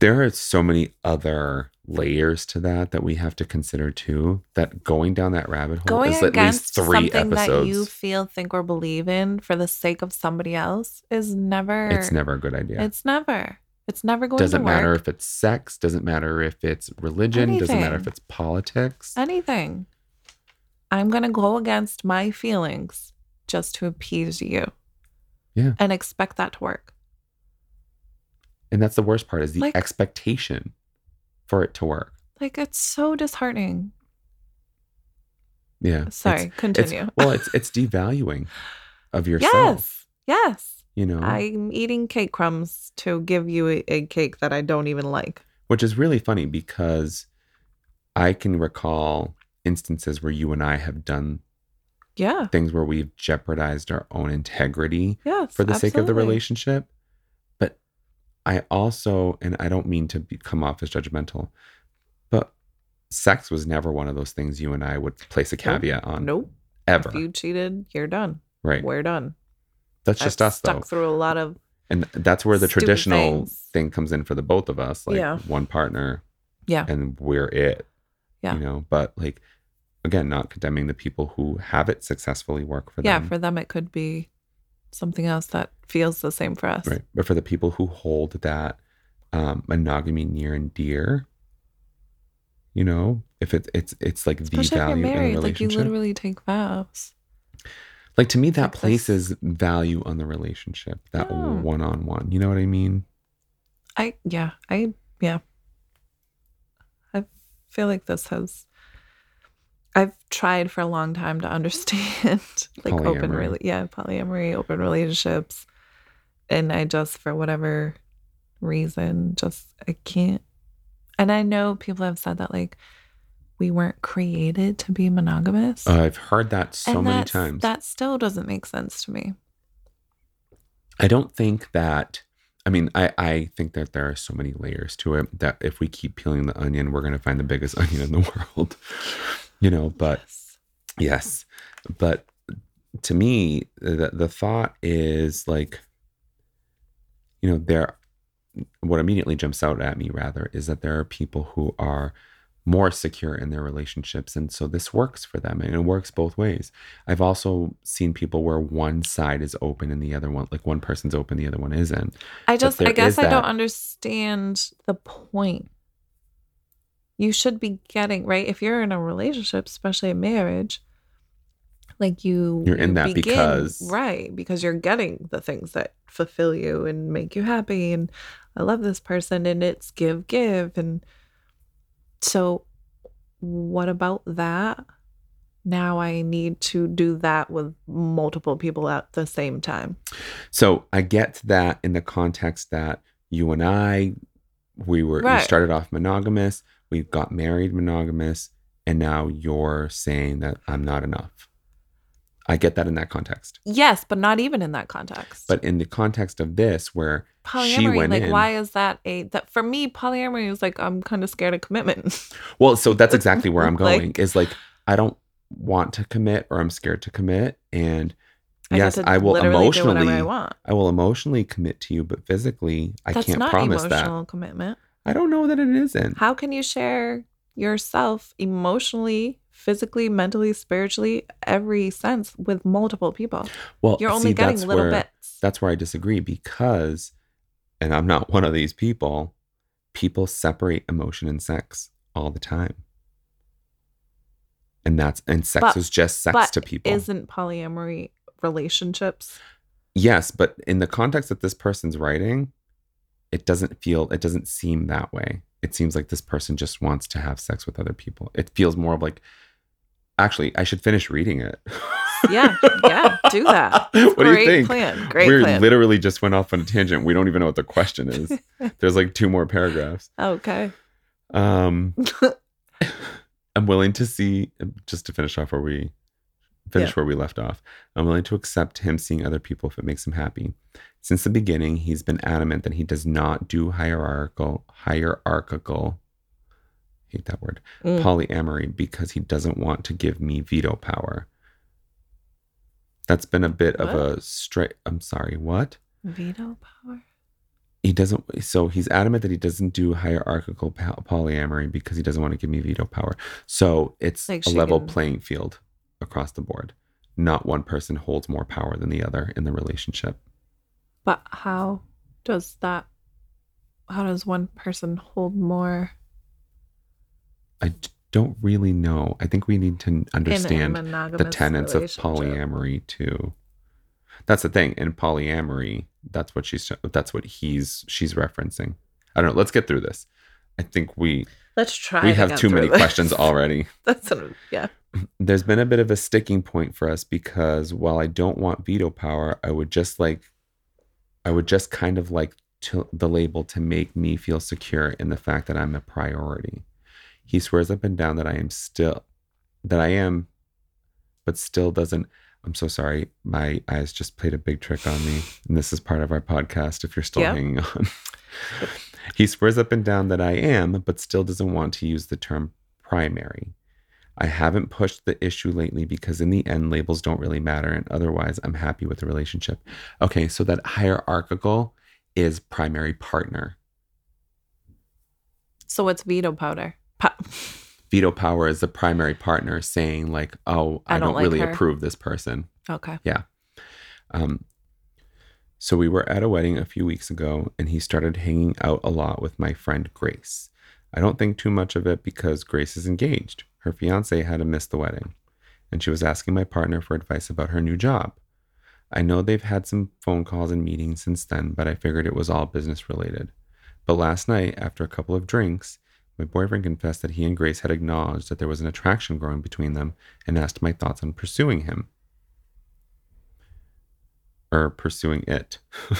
[SPEAKER 4] There are so many other layers to that that we have to consider too. That going down that rabbit hole
[SPEAKER 2] Going
[SPEAKER 4] is at least
[SPEAKER 2] against
[SPEAKER 4] three
[SPEAKER 2] something that
[SPEAKER 4] episodes.
[SPEAKER 2] you feel, think, or believe in for the sake of somebody else is never.
[SPEAKER 4] it's never a good idea.
[SPEAKER 2] It's never. It's never going
[SPEAKER 4] doesn't
[SPEAKER 2] to work.
[SPEAKER 4] matter if it's sex, doesn't matter if it's religion, doesn't matter if
[SPEAKER 2] Anything.
[SPEAKER 4] it's politics.
[SPEAKER 2] Anything. I'm going to go against my feelings just to appease you.
[SPEAKER 4] Yeah.
[SPEAKER 2] And expect that to work.
[SPEAKER 4] And that's the worst part is the
[SPEAKER 2] Like-
[SPEAKER 4] expectation for it to work.
[SPEAKER 2] Like, it's so disheartening.
[SPEAKER 4] Yeah. it's-
[SPEAKER 2] Sorry,
[SPEAKER 4] it's-
[SPEAKER 2] continue.
[SPEAKER 4] well, it's it's devaluing of yourself. Uh-huh.
[SPEAKER 2] Yes. Yes.
[SPEAKER 4] You know,
[SPEAKER 2] I'm eating cake crumbs to give you a, a cake that I don't even like.
[SPEAKER 4] which is really funny because I can recall instances where you and I have done
[SPEAKER 2] Yeah.
[SPEAKER 4] things where we've jeopardized our own integrity
[SPEAKER 2] Yes.
[SPEAKER 4] for the sake of the
[SPEAKER 2] absolutely.
[SPEAKER 4] relationship. But I also, and I don't mean to be, come off as judgmental, but sex was never one of those things you and I would place a caveat on
[SPEAKER 2] Nope.
[SPEAKER 4] um, ever.
[SPEAKER 2] If you cheated, you're done.
[SPEAKER 4] right.
[SPEAKER 2] We're done.
[SPEAKER 4] That's just
[SPEAKER 2] I've
[SPEAKER 4] us
[SPEAKER 2] stuck
[SPEAKER 4] though.
[SPEAKER 2] through a lot of
[SPEAKER 4] and that's where the
[SPEAKER 2] Stupid
[SPEAKER 4] traditional
[SPEAKER 2] things.
[SPEAKER 4] thing comes in for the both of us like
[SPEAKER 2] Yeah.
[SPEAKER 4] one partner
[SPEAKER 2] Yeah.
[SPEAKER 4] and we're it
[SPEAKER 2] Yeah.
[SPEAKER 4] you know but like again not condemning the people who have it successfully work for
[SPEAKER 2] yeah.
[SPEAKER 4] them
[SPEAKER 2] For them, it could be something else that feels the same for us.
[SPEAKER 4] right but for the people who hold that um monogamy near and dear you know if it's it's it's like
[SPEAKER 2] Especially
[SPEAKER 4] the
[SPEAKER 2] if you're
[SPEAKER 4] value in a
[SPEAKER 2] married, like you
[SPEAKER 4] relationship like,
[SPEAKER 2] literally take vows.
[SPEAKER 4] to me that
[SPEAKER 2] Like this-
[SPEAKER 4] places value on the relationship that
[SPEAKER 2] Yeah.
[SPEAKER 4] one-on-one you know what i mean
[SPEAKER 2] I yeah. I yeah. I feel like this has. I've tried for a long time to understand like open
[SPEAKER 4] Polyamory.
[SPEAKER 2] really yeah polyamory open relationships, and I just for whatever reason just I can't. And I know people have said that like we weren't created to be monogamous.
[SPEAKER 4] Uh, i've heard that so
[SPEAKER 2] and
[SPEAKER 4] many
[SPEAKER 2] that's-
[SPEAKER 4] times
[SPEAKER 2] That still doesn't make sense to me.
[SPEAKER 4] I don't think that. I mean, I, I think that there are so many layers to it that if we keep peeling the onion, we're going to find the biggest onion in the world, you know. But
[SPEAKER 2] Yes.
[SPEAKER 4] yes, but to me, the, the thought is like, you know, there, what immediately jumps out at me rather is that there are people who are more secure in their relationships. And so this works for them and it works both ways. I've also seen people where one side is open and the other one, like one person's open, the other one isn't.
[SPEAKER 2] I just, I
[SPEAKER 4] there
[SPEAKER 2] guess
[SPEAKER 4] is
[SPEAKER 2] I don't
[SPEAKER 4] that-
[SPEAKER 2] understand the point. You should be getting, right? If you're in a relationship, especially a marriage, like you.
[SPEAKER 4] You're in
[SPEAKER 2] you
[SPEAKER 4] that because-
[SPEAKER 2] Right. Because you're getting the things that fulfill you and make you happy. And I love this person. And it's give, give. And so what about that? Now I need to do that with multiple people at the same time.
[SPEAKER 4] So I get that in the context that you and I, we were,
[SPEAKER 2] Right.
[SPEAKER 4] we started off monogamous, we got married monogamous, and now you're saying that I'm not enough. I get that in that context.
[SPEAKER 2] Yes, but not even in that context.
[SPEAKER 4] But in the context of this, where
[SPEAKER 2] polyamory
[SPEAKER 4] she went
[SPEAKER 2] like
[SPEAKER 4] in.
[SPEAKER 2] why is that a that for me polyamory is like i'm kind of scared of commitment
[SPEAKER 4] Well, so that's exactly where I'm
[SPEAKER 2] Like-
[SPEAKER 4] going. is like I don't want to commit or I'm scared to commit and
[SPEAKER 2] get
[SPEAKER 4] yes,
[SPEAKER 2] to
[SPEAKER 4] I will
[SPEAKER 2] literally do
[SPEAKER 4] emotionally
[SPEAKER 2] whatever i
[SPEAKER 4] I,
[SPEAKER 2] want
[SPEAKER 4] will emotionally commit to you, but physically I
[SPEAKER 2] that's
[SPEAKER 4] can't
[SPEAKER 2] not
[SPEAKER 4] promise that.
[SPEAKER 2] emotional commitment
[SPEAKER 4] I don't know that it isn't.
[SPEAKER 2] how can you share yourself emotionally physically mentally spiritually every sense with multiple people
[SPEAKER 4] Well,
[SPEAKER 2] you're only
[SPEAKER 4] see,
[SPEAKER 2] getting
[SPEAKER 4] that's
[SPEAKER 2] little
[SPEAKER 4] where,
[SPEAKER 2] bits
[SPEAKER 4] That's where I disagree because and I'm not one of these people, people separate emotion and sex all the time. And that's and sex
[SPEAKER 2] But-
[SPEAKER 4] is just sex
[SPEAKER 2] but
[SPEAKER 4] to people.
[SPEAKER 2] isn't polyamory relationships
[SPEAKER 4] Yes, but in the context that this person's writing, it doesn't feel, it doesn't seem that way. It seems like this person just wants to have sex with other people. It feels more of like, actually, I should finish reading it.
[SPEAKER 2] yeah yeah do that
[SPEAKER 4] what do
[SPEAKER 2] great
[SPEAKER 4] you think?
[SPEAKER 2] plan great
[SPEAKER 4] we
[SPEAKER 2] plan
[SPEAKER 4] literally just went off on a tangent. We don't even know what the question is. There's like two more paragraphs.
[SPEAKER 2] okay
[SPEAKER 4] Um, I'm willing to see, um, just to finish off where we finish
[SPEAKER 2] Yeah.
[SPEAKER 4] where we left off. I'm willing to accept him seeing other people if it makes him happy. Since the beginning, he's been adamant that he does not do hierarchical hierarchical hate that word
[SPEAKER 2] Mm.
[SPEAKER 4] polyamory because he doesn't want to give me veto power. That's been a bit of a straight. I'm sorry. What?
[SPEAKER 2] veto power
[SPEAKER 4] he doesn't so he's adamant that he doesn't do hierarchical po- polyamory because he doesn't want to give me veto power so it's
[SPEAKER 2] Like
[SPEAKER 4] a
[SPEAKER 2] she
[SPEAKER 4] level
[SPEAKER 2] can-
[SPEAKER 4] playing field across the board not one person holds more power than the other in the relationship
[SPEAKER 2] But how does that? How does one person hold more
[SPEAKER 4] i d- don't really know i think we need to
[SPEAKER 2] in a
[SPEAKER 4] understand
[SPEAKER 2] monogamous
[SPEAKER 4] the tenets of
[SPEAKER 2] relationship?
[SPEAKER 4] polyamory too that's the thing in polyamory that's what she's that's what he's she's referencing i don't know let's get through this i think we
[SPEAKER 2] Let's try.
[SPEAKER 4] we
[SPEAKER 2] to
[SPEAKER 4] have
[SPEAKER 2] get
[SPEAKER 4] too
[SPEAKER 2] through
[SPEAKER 4] many
[SPEAKER 2] this.
[SPEAKER 4] questions already
[SPEAKER 2] That's sort of, yeah.
[SPEAKER 4] there's been a bit of a sticking point for us because while I don't want veto power, I would just like, I would just kind of like to, the label to make me feel secure in the fact that I'm a priority. He swears up and down that I am still, that I am, but still doesn't. I'm so sorry. My eyes just played a big trick on me. And this is part of our podcast if you're still
[SPEAKER 2] Yeah.
[SPEAKER 4] hanging on. he swears up and down that I am, but still doesn't want to use the term primary. I haven't pushed the issue lately because, in the end, labels don't really matter. And otherwise, I'm happy with the relationship. Okay, so that hierarchical is primary partner.
[SPEAKER 2] So what's veto powder? Po-
[SPEAKER 4] Veto power is the primary partner saying, like, oh, I,
[SPEAKER 2] I don't
[SPEAKER 4] don't,
[SPEAKER 2] like
[SPEAKER 4] really
[SPEAKER 2] her.
[SPEAKER 4] approve this person.
[SPEAKER 2] okay.
[SPEAKER 4] Um, so we were at a wedding a few weeks ago, and he started hanging out a lot with my friend Grace. I don't think too much of it because Grace is engaged. Her fiance had to miss the wedding, and she was asking my partner for advice about her new job. I know they've had some phone calls and meetings since then, but I figured it was all business related. But last night, after a couple of drinks, my boyfriend confessed that he and Grace had acknowledged that there was an attraction growing between them and asked my thoughts on pursuing him or pursuing it.
[SPEAKER 2] Oh,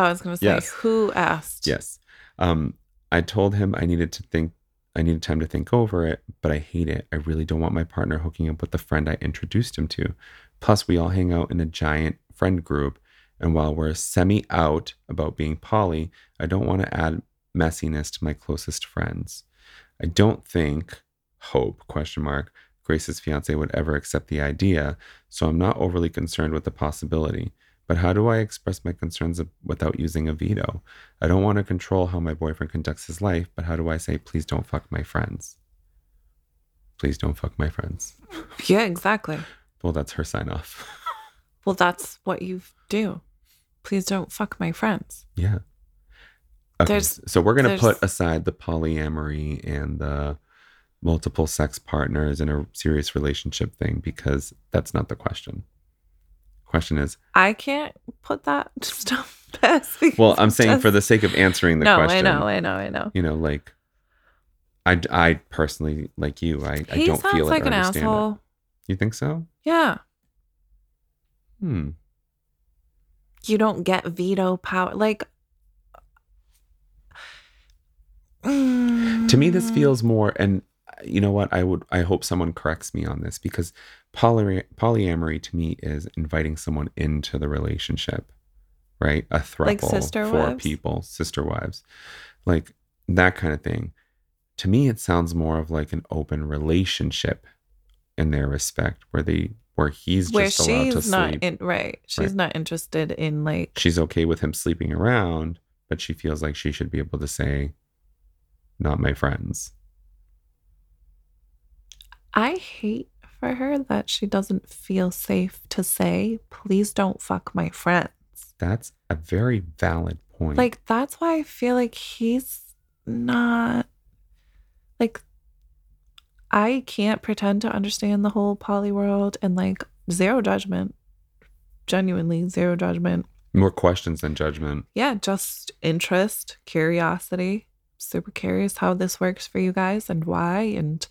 [SPEAKER 2] I was gonna say
[SPEAKER 4] Yes.
[SPEAKER 2] who asked?
[SPEAKER 4] Yes. Um, I told him I needed to think, I needed time to think over it, but I hate it. I really don't want my partner hooking up with the friend I introduced him to. Plus, we all hang out in a giant friend group. And while we're semi out about being poly, I don't want to add messiness to my closest friends. I don't think, hope, question mark, Grace's fiance would ever accept the idea, so I'm not overly concerned with the possibility. But how do I express my concerns ab- without using a veto? I don't want to control how my boyfriend conducts his life, but how do I say, please don't fuck my friends? Please don't fuck my friends.
[SPEAKER 2] Yeah, exactly.
[SPEAKER 4] Well, that's her sign off.
[SPEAKER 2] Well, that's what you do. Please don't fuck my friends.
[SPEAKER 4] yeah. Okay,
[SPEAKER 2] There's-
[SPEAKER 4] so we're going to
[SPEAKER 2] there's-
[SPEAKER 4] put aside the polyamory and the multiple sex partners in a serious relationship thing because that's not the question. Question is,
[SPEAKER 2] I can't put that stuff past. these
[SPEAKER 4] well, I'm saying for
[SPEAKER 2] just-
[SPEAKER 4] the sake of answering the
[SPEAKER 2] no,
[SPEAKER 4] question.
[SPEAKER 2] I know, I know, I know.
[SPEAKER 4] you know, like I, I personally like you. I, I
[SPEAKER 2] he
[SPEAKER 4] don't
[SPEAKER 2] sounds
[SPEAKER 4] feel
[SPEAKER 2] like
[SPEAKER 4] it or
[SPEAKER 2] an
[SPEAKER 4] understand it.
[SPEAKER 2] asshole.
[SPEAKER 4] You think so?
[SPEAKER 2] Yeah,
[SPEAKER 4] Hmm.
[SPEAKER 2] you don't get veto power. Like,
[SPEAKER 4] To me, this
[SPEAKER 2] Mm,
[SPEAKER 4] feels more. And uh, you know what? I would. I hope someone corrects me on this because poly, polyamory to me is inviting someone into the relationship, right? A throuple,
[SPEAKER 2] Like sister
[SPEAKER 4] four
[SPEAKER 2] wives?
[SPEAKER 4] people, sister wives, like that kind of thing. To me, it sounds more of like an open relationship in their respect, where they where he's
[SPEAKER 2] where
[SPEAKER 4] just allowed to
[SPEAKER 2] she's not
[SPEAKER 4] sleep.
[SPEAKER 2] in right. She's
[SPEAKER 4] Right.
[SPEAKER 2] not interested in like
[SPEAKER 4] she's okay with him sleeping around, but she feels like she should be able to say, "Not my friends."
[SPEAKER 2] I hate for her that she doesn't feel safe to say, please don't fuck my friends.
[SPEAKER 4] That's a very valid point.
[SPEAKER 2] Like, that's why I feel like he's not. Like, I can't pretend to understand the whole poly world and like zero judgment, genuinely zero judgment.
[SPEAKER 4] more questions than judgment.
[SPEAKER 2] yeah, just interest, curiosity. Super curious how this works for you guys and why. And,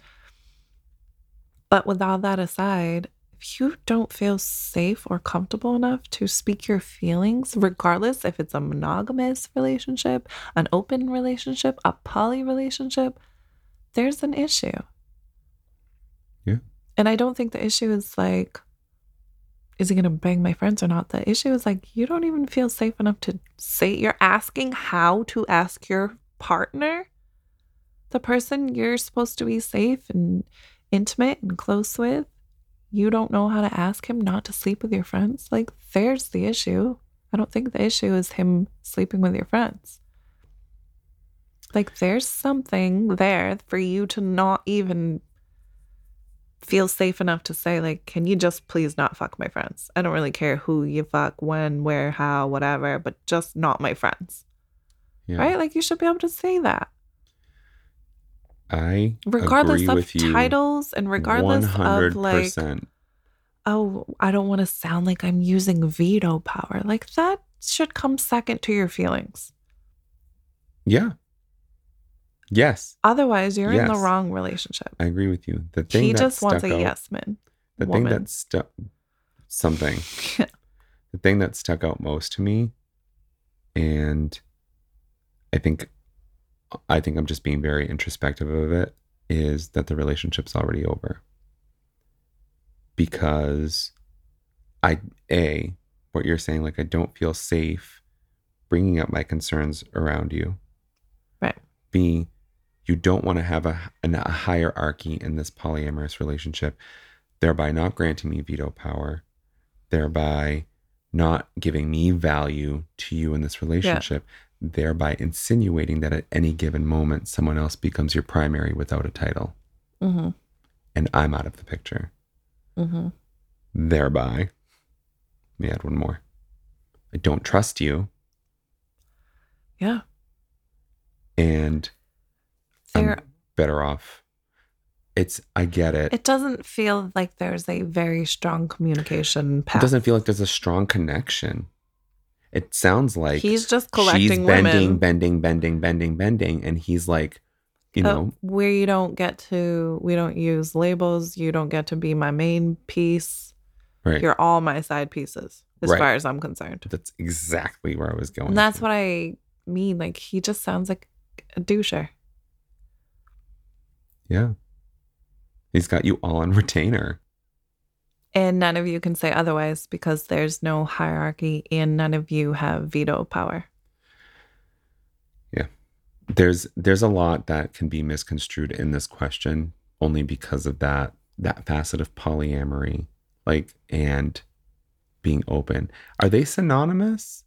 [SPEAKER 2] but with all that aside, if you don't feel safe or comfortable enough to speak your feelings, regardless if it's a monogamous relationship, an open relationship, a poly relationship, there's an issue.
[SPEAKER 4] Yeah.
[SPEAKER 2] And I don't think the issue is like, is he going to bang my friends or not? The issue is like, you don't even feel safe enough to say, you're asking how to ask your partner, the person you're supposed to be safe and intimate and close with. You don't know how to ask him not to sleep with your friends. Like, there's the issue. I don't think the issue is him sleeping with your friends. Like, there's something there for you to not even feel safe enough to say like can you just please not fuck my friends i don't really care who you fuck when where how whatever but just not my friends
[SPEAKER 4] Yeah.
[SPEAKER 2] right like you should be able to say that
[SPEAKER 4] I
[SPEAKER 2] regardless
[SPEAKER 4] agree
[SPEAKER 2] of
[SPEAKER 4] with you
[SPEAKER 2] titles and regardless of like
[SPEAKER 4] 100%.
[SPEAKER 2] oh i don't want to sound like i'm using veto power like that should come second to your feelings
[SPEAKER 4] Yeah. Yes,
[SPEAKER 2] otherwise you're in the
[SPEAKER 4] Yes.
[SPEAKER 2] wrong relationship
[SPEAKER 4] I agree with you. The thing
[SPEAKER 2] he
[SPEAKER 4] that
[SPEAKER 2] just wants
[SPEAKER 4] stuck
[SPEAKER 2] a
[SPEAKER 4] out-
[SPEAKER 2] yes man
[SPEAKER 4] The
[SPEAKER 2] woman.
[SPEAKER 4] thing that stuck something. the thing that stuck out most to me and i think i think i'm just being very introspective of it is that the relationship's already over because i a what you're saying like i don't feel safe bringing up my concerns around you
[SPEAKER 2] Right.
[SPEAKER 4] b you don't want to have a, an, a hierarchy in this polyamorous relationship thereby not granting me veto power thereby not giving me value to you in this relationship, thereby insinuating that at any given moment, someone else becomes your primary without a title
[SPEAKER 2] hmm
[SPEAKER 4] and I'm out of the picture.
[SPEAKER 2] hmm
[SPEAKER 4] Thereby, let me add one more. I don't trust you
[SPEAKER 2] yeah
[SPEAKER 4] and
[SPEAKER 2] there
[SPEAKER 4] I'm better off. It's, I get it. It,
[SPEAKER 2] it doesn't feel like there's a very strong communication path
[SPEAKER 4] doesn't feel like there's a strong connection. It sounds like
[SPEAKER 2] he's just
[SPEAKER 4] she's bending,
[SPEAKER 2] collecting women
[SPEAKER 4] bending, bending, bending, bending. And he's like, you
[SPEAKER 2] uh,
[SPEAKER 4] know,
[SPEAKER 2] where you don't get to we don't use labels you don't get to be my main piece
[SPEAKER 4] right.
[SPEAKER 2] you're all my side pieces as
[SPEAKER 4] Right.
[SPEAKER 2] far as i'm concerned
[SPEAKER 4] That's exactly where I was going.
[SPEAKER 2] and that's
[SPEAKER 4] to.
[SPEAKER 2] what i mean like he just sounds like a doucher
[SPEAKER 4] Yeah. He's got you all on retainer.
[SPEAKER 2] and none of you can say otherwise because there's no hierarchy and none of you have veto power
[SPEAKER 4] There's there's a lot that can be misconstrued in this question only because of that that facet of polyamory, like, and being open. Are they synonymous?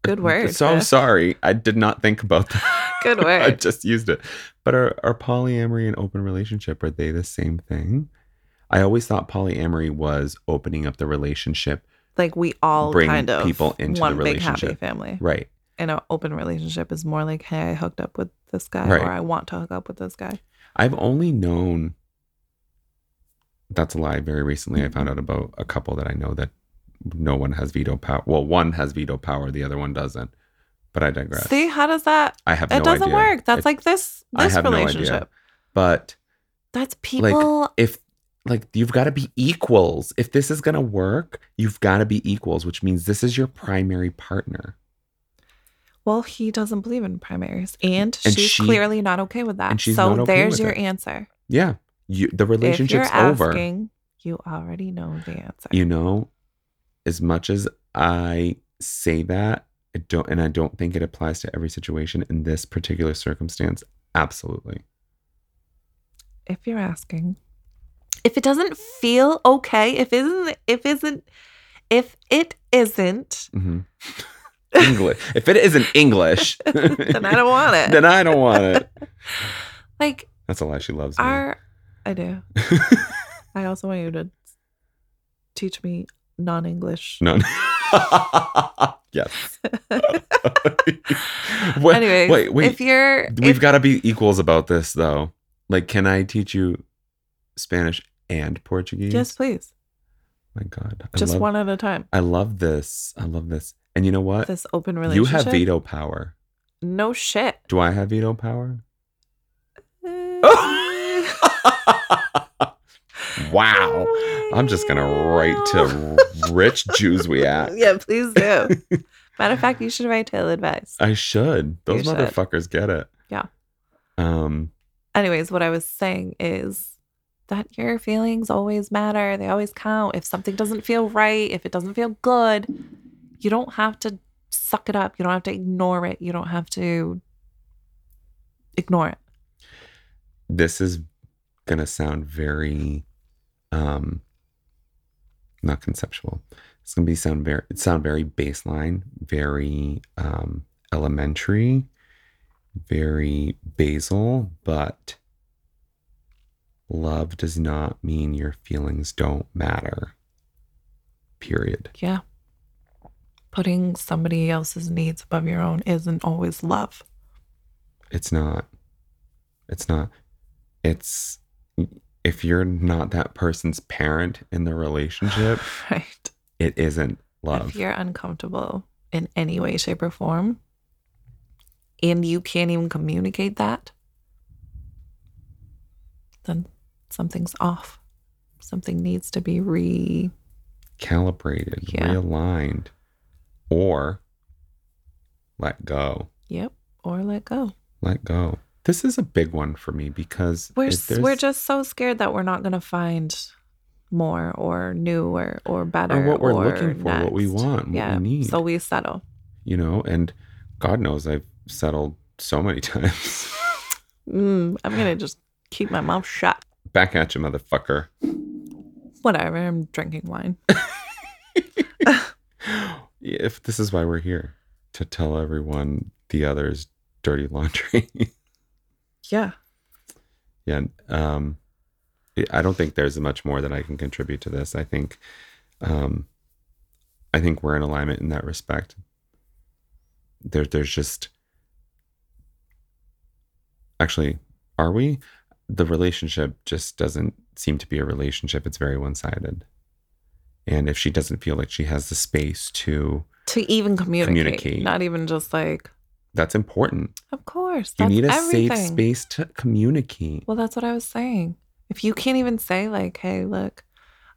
[SPEAKER 2] Good word,
[SPEAKER 4] So
[SPEAKER 2] Griff.
[SPEAKER 4] sorry. I did not think about that.
[SPEAKER 2] Good
[SPEAKER 4] I
[SPEAKER 2] word.
[SPEAKER 4] just used it. But are, are polyamory and open relationship, are they the same thing? I always thought polyamory was opening up the relationship.
[SPEAKER 2] Like we all
[SPEAKER 4] Bring
[SPEAKER 2] kind of
[SPEAKER 4] people into the
[SPEAKER 2] one big happy
[SPEAKER 4] relationship.
[SPEAKER 2] family.
[SPEAKER 4] Right.
[SPEAKER 2] And an open relationship is more like, hey, I hooked up with this guy,
[SPEAKER 4] Right.
[SPEAKER 2] or I want to hook up with this guy.
[SPEAKER 4] I've only known that's a lie. Very recently, I
[SPEAKER 2] Mm-hmm.
[SPEAKER 4] found out about a couple that I know that no one has veto power. Well, one has veto power, the other one doesn't. But I digress.
[SPEAKER 2] See, how does that?
[SPEAKER 4] I have
[SPEAKER 2] It
[SPEAKER 4] no
[SPEAKER 2] doesn't
[SPEAKER 4] idea.
[SPEAKER 2] work. That's
[SPEAKER 4] It-
[SPEAKER 2] like this
[SPEAKER 4] I
[SPEAKER 2] this
[SPEAKER 4] have no idea.
[SPEAKER 2] relationship.
[SPEAKER 4] but
[SPEAKER 2] That's
[SPEAKER 4] like
[SPEAKER 2] people.
[SPEAKER 4] if like you've got to be equals. If this is gonna work, you've got to be equals, which means this is your primary partner,
[SPEAKER 2] well, he doesn't believe in primaries, and,
[SPEAKER 4] And
[SPEAKER 2] she's
[SPEAKER 4] she-
[SPEAKER 2] clearly not okay with that.
[SPEAKER 4] and she's
[SPEAKER 2] so
[SPEAKER 4] not okay
[SPEAKER 2] there's
[SPEAKER 4] with
[SPEAKER 2] your
[SPEAKER 4] it.
[SPEAKER 2] answer.
[SPEAKER 4] yeah. You the relationship's
[SPEAKER 2] if you're
[SPEAKER 4] over.
[SPEAKER 2] Asking, you already know the answer.
[SPEAKER 4] you know as much as i say that i don't and i don't think it applies to every situation in this particular circumstance absolutely
[SPEAKER 2] if you're asking if it doesn't feel okay if isn't if isn't if it isn't
[SPEAKER 4] hmm english if it isn't english
[SPEAKER 2] then i don't want it
[SPEAKER 4] then I don't want it
[SPEAKER 2] like
[SPEAKER 4] that's a lie she loves me
[SPEAKER 2] our i do i also want you to teach me non-english
[SPEAKER 4] no yes What-
[SPEAKER 2] anyways
[SPEAKER 4] wait wait
[SPEAKER 2] if you're
[SPEAKER 4] we've
[SPEAKER 2] if-
[SPEAKER 4] got to be equals about this though like can i teach you spanish and portuguese
[SPEAKER 2] yes please
[SPEAKER 4] my god I
[SPEAKER 2] just
[SPEAKER 4] love-
[SPEAKER 2] one at a time
[SPEAKER 4] I love this. I love this. And you know what?
[SPEAKER 2] this open
[SPEAKER 4] You
[SPEAKER 2] relationship
[SPEAKER 4] have veto power.
[SPEAKER 2] no shit
[SPEAKER 4] Do I have veto power? Oh, wow. I'm just going to write to rich Jews we at.
[SPEAKER 2] yeah please do matter of fact you should write tail advice
[SPEAKER 4] I should. Those
[SPEAKER 2] should.
[SPEAKER 4] motherfuckers get it.
[SPEAKER 2] Yeah.
[SPEAKER 4] Um
[SPEAKER 2] anyways, what I was saying is that your feelings always matter. They always count. If something doesn't feel right, if it doesn't feel good, you don't have to suck it up. You don't have to ignore it. You don't have to ignore it.
[SPEAKER 4] this is going to sound very um not conceptual it's going to be sound very it sound very baseline very um elementary very basal but love does not mean your feelings don't matter period
[SPEAKER 2] Yeah. Putting somebody else's needs above your own isn't always love.
[SPEAKER 4] It's not. It's not. It's if you're not that person's parent in the relationship,
[SPEAKER 2] Right.
[SPEAKER 4] it isn't
[SPEAKER 2] If
[SPEAKER 4] love.
[SPEAKER 2] you're uncomfortable in any way, shape, or form, and you can't even communicate that, then something's off. Something needs to be re.
[SPEAKER 4] Calibrated,
[SPEAKER 2] Yeah.
[SPEAKER 4] realigned, or let go.
[SPEAKER 2] Yep. Or let go.
[SPEAKER 4] Let go. This is a big one for me because
[SPEAKER 2] We're
[SPEAKER 4] it-
[SPEAKER 2] s-
[SPEAKER 4] there's-
[SPEAKER 2] we're just so scared that we're not gonna find more or new or or better
[SPEAKER 4] what we're
[SPEAKER 2] or
[SPEAKER 4] looking for, what we
[SPEAKER 2] next.
[SPEAKER 4] want, what we
[SPEAKER 2] Yeah.
[SPEAKER 4] need.
[SPEAKER 2] So we settle.
[SPEAKER 4] you know, and God knows I've settled so many times.
[SPEAKER 2] Mm, I'm gonna just keep my mouth shut.
[SPEAKER 4] Back at you, motherfucker.
[SPEAKER 2] Whatever. I'm drinking wine.
[SPEAKER 4] if this is why we're here to tell everyone the other's dirty laundry.
[SPEAKER 2] Yeah.
[SPEAKER 4] yeah. Um, I don't think there's much more that I can contribute to this. I think, um, I think we're in alignment in that respect. There, there's just actually, are we? The relationship just doesn't seem to be a relationship. It's very one sided. And if she doesn't feel like she has the space to,
[SPEAKER 2] to even communicate,
[SPEAKER 4] Communicate.
[SPEAKER 2] not even just like
[SPEAKER 4] that's important.
[SPEAKER 2] of course
[SPEAKER 4] You
[SPEAKER 2] that's
[SPEAKER 4] need a
[SPEAKER 2] everything.
[SPEAKER 4] safe space to communicate.
[SPEAKER 2] well that's what i was saying if you can't even say like hey look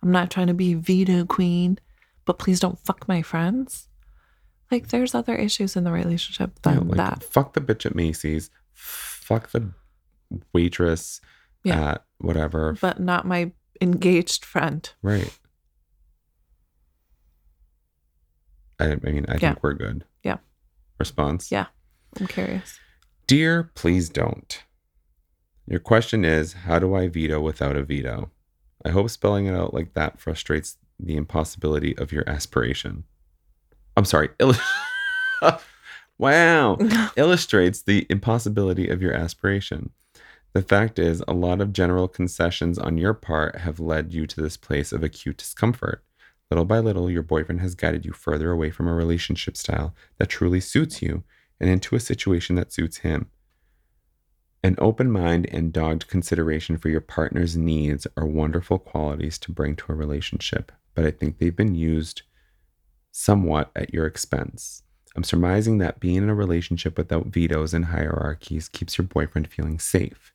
[SPEAKER 2] i'm not trying to be veto queen but please don't fuck my friends like there's other issues in the relationship than
[SPEAKER 4] Yeah, like,
[SPEAKER 2] that
[SPEAKER 4] Fuck the bitch at Macy's. Fuck the waitress
[SPEAKER 2] Yeah.
[SPEAKER 4] at whatever.
[SPEAKER 2] but not my engaged friend
[SPEAKER 4] Right. I, I mean, I
[SPEAKER 2] Yeah.
[SPEAKER 4] think we're good.
[SPEAKER 2] Yeah.
[SPEAKER 4] Response?
[SPEAKER 2] Yeah. i'm curious
[SPEAKER 4] Dear, please don't. Your question is How do I veto without a veto? I hope spelling it out like that frustrates the impossibility of your aspiration. I'm sorry. Ill- wow. Illustrates the impossibility of your aspiration. The fact is, a lot of general concessions on your part have led you to this place of acute discomfort. Little by little, your boyfriend has guided you further away from a relationship style that truly suits you and into a situation that suits him. An open mind and dogged consideration for your partner's needs are wonderful qualities to bring to a relationship, but I think they've been used somewhat at your expense. I'm surmising that being in a relationship without vetoes and hierarchies keeps your boyfriend feeling safe.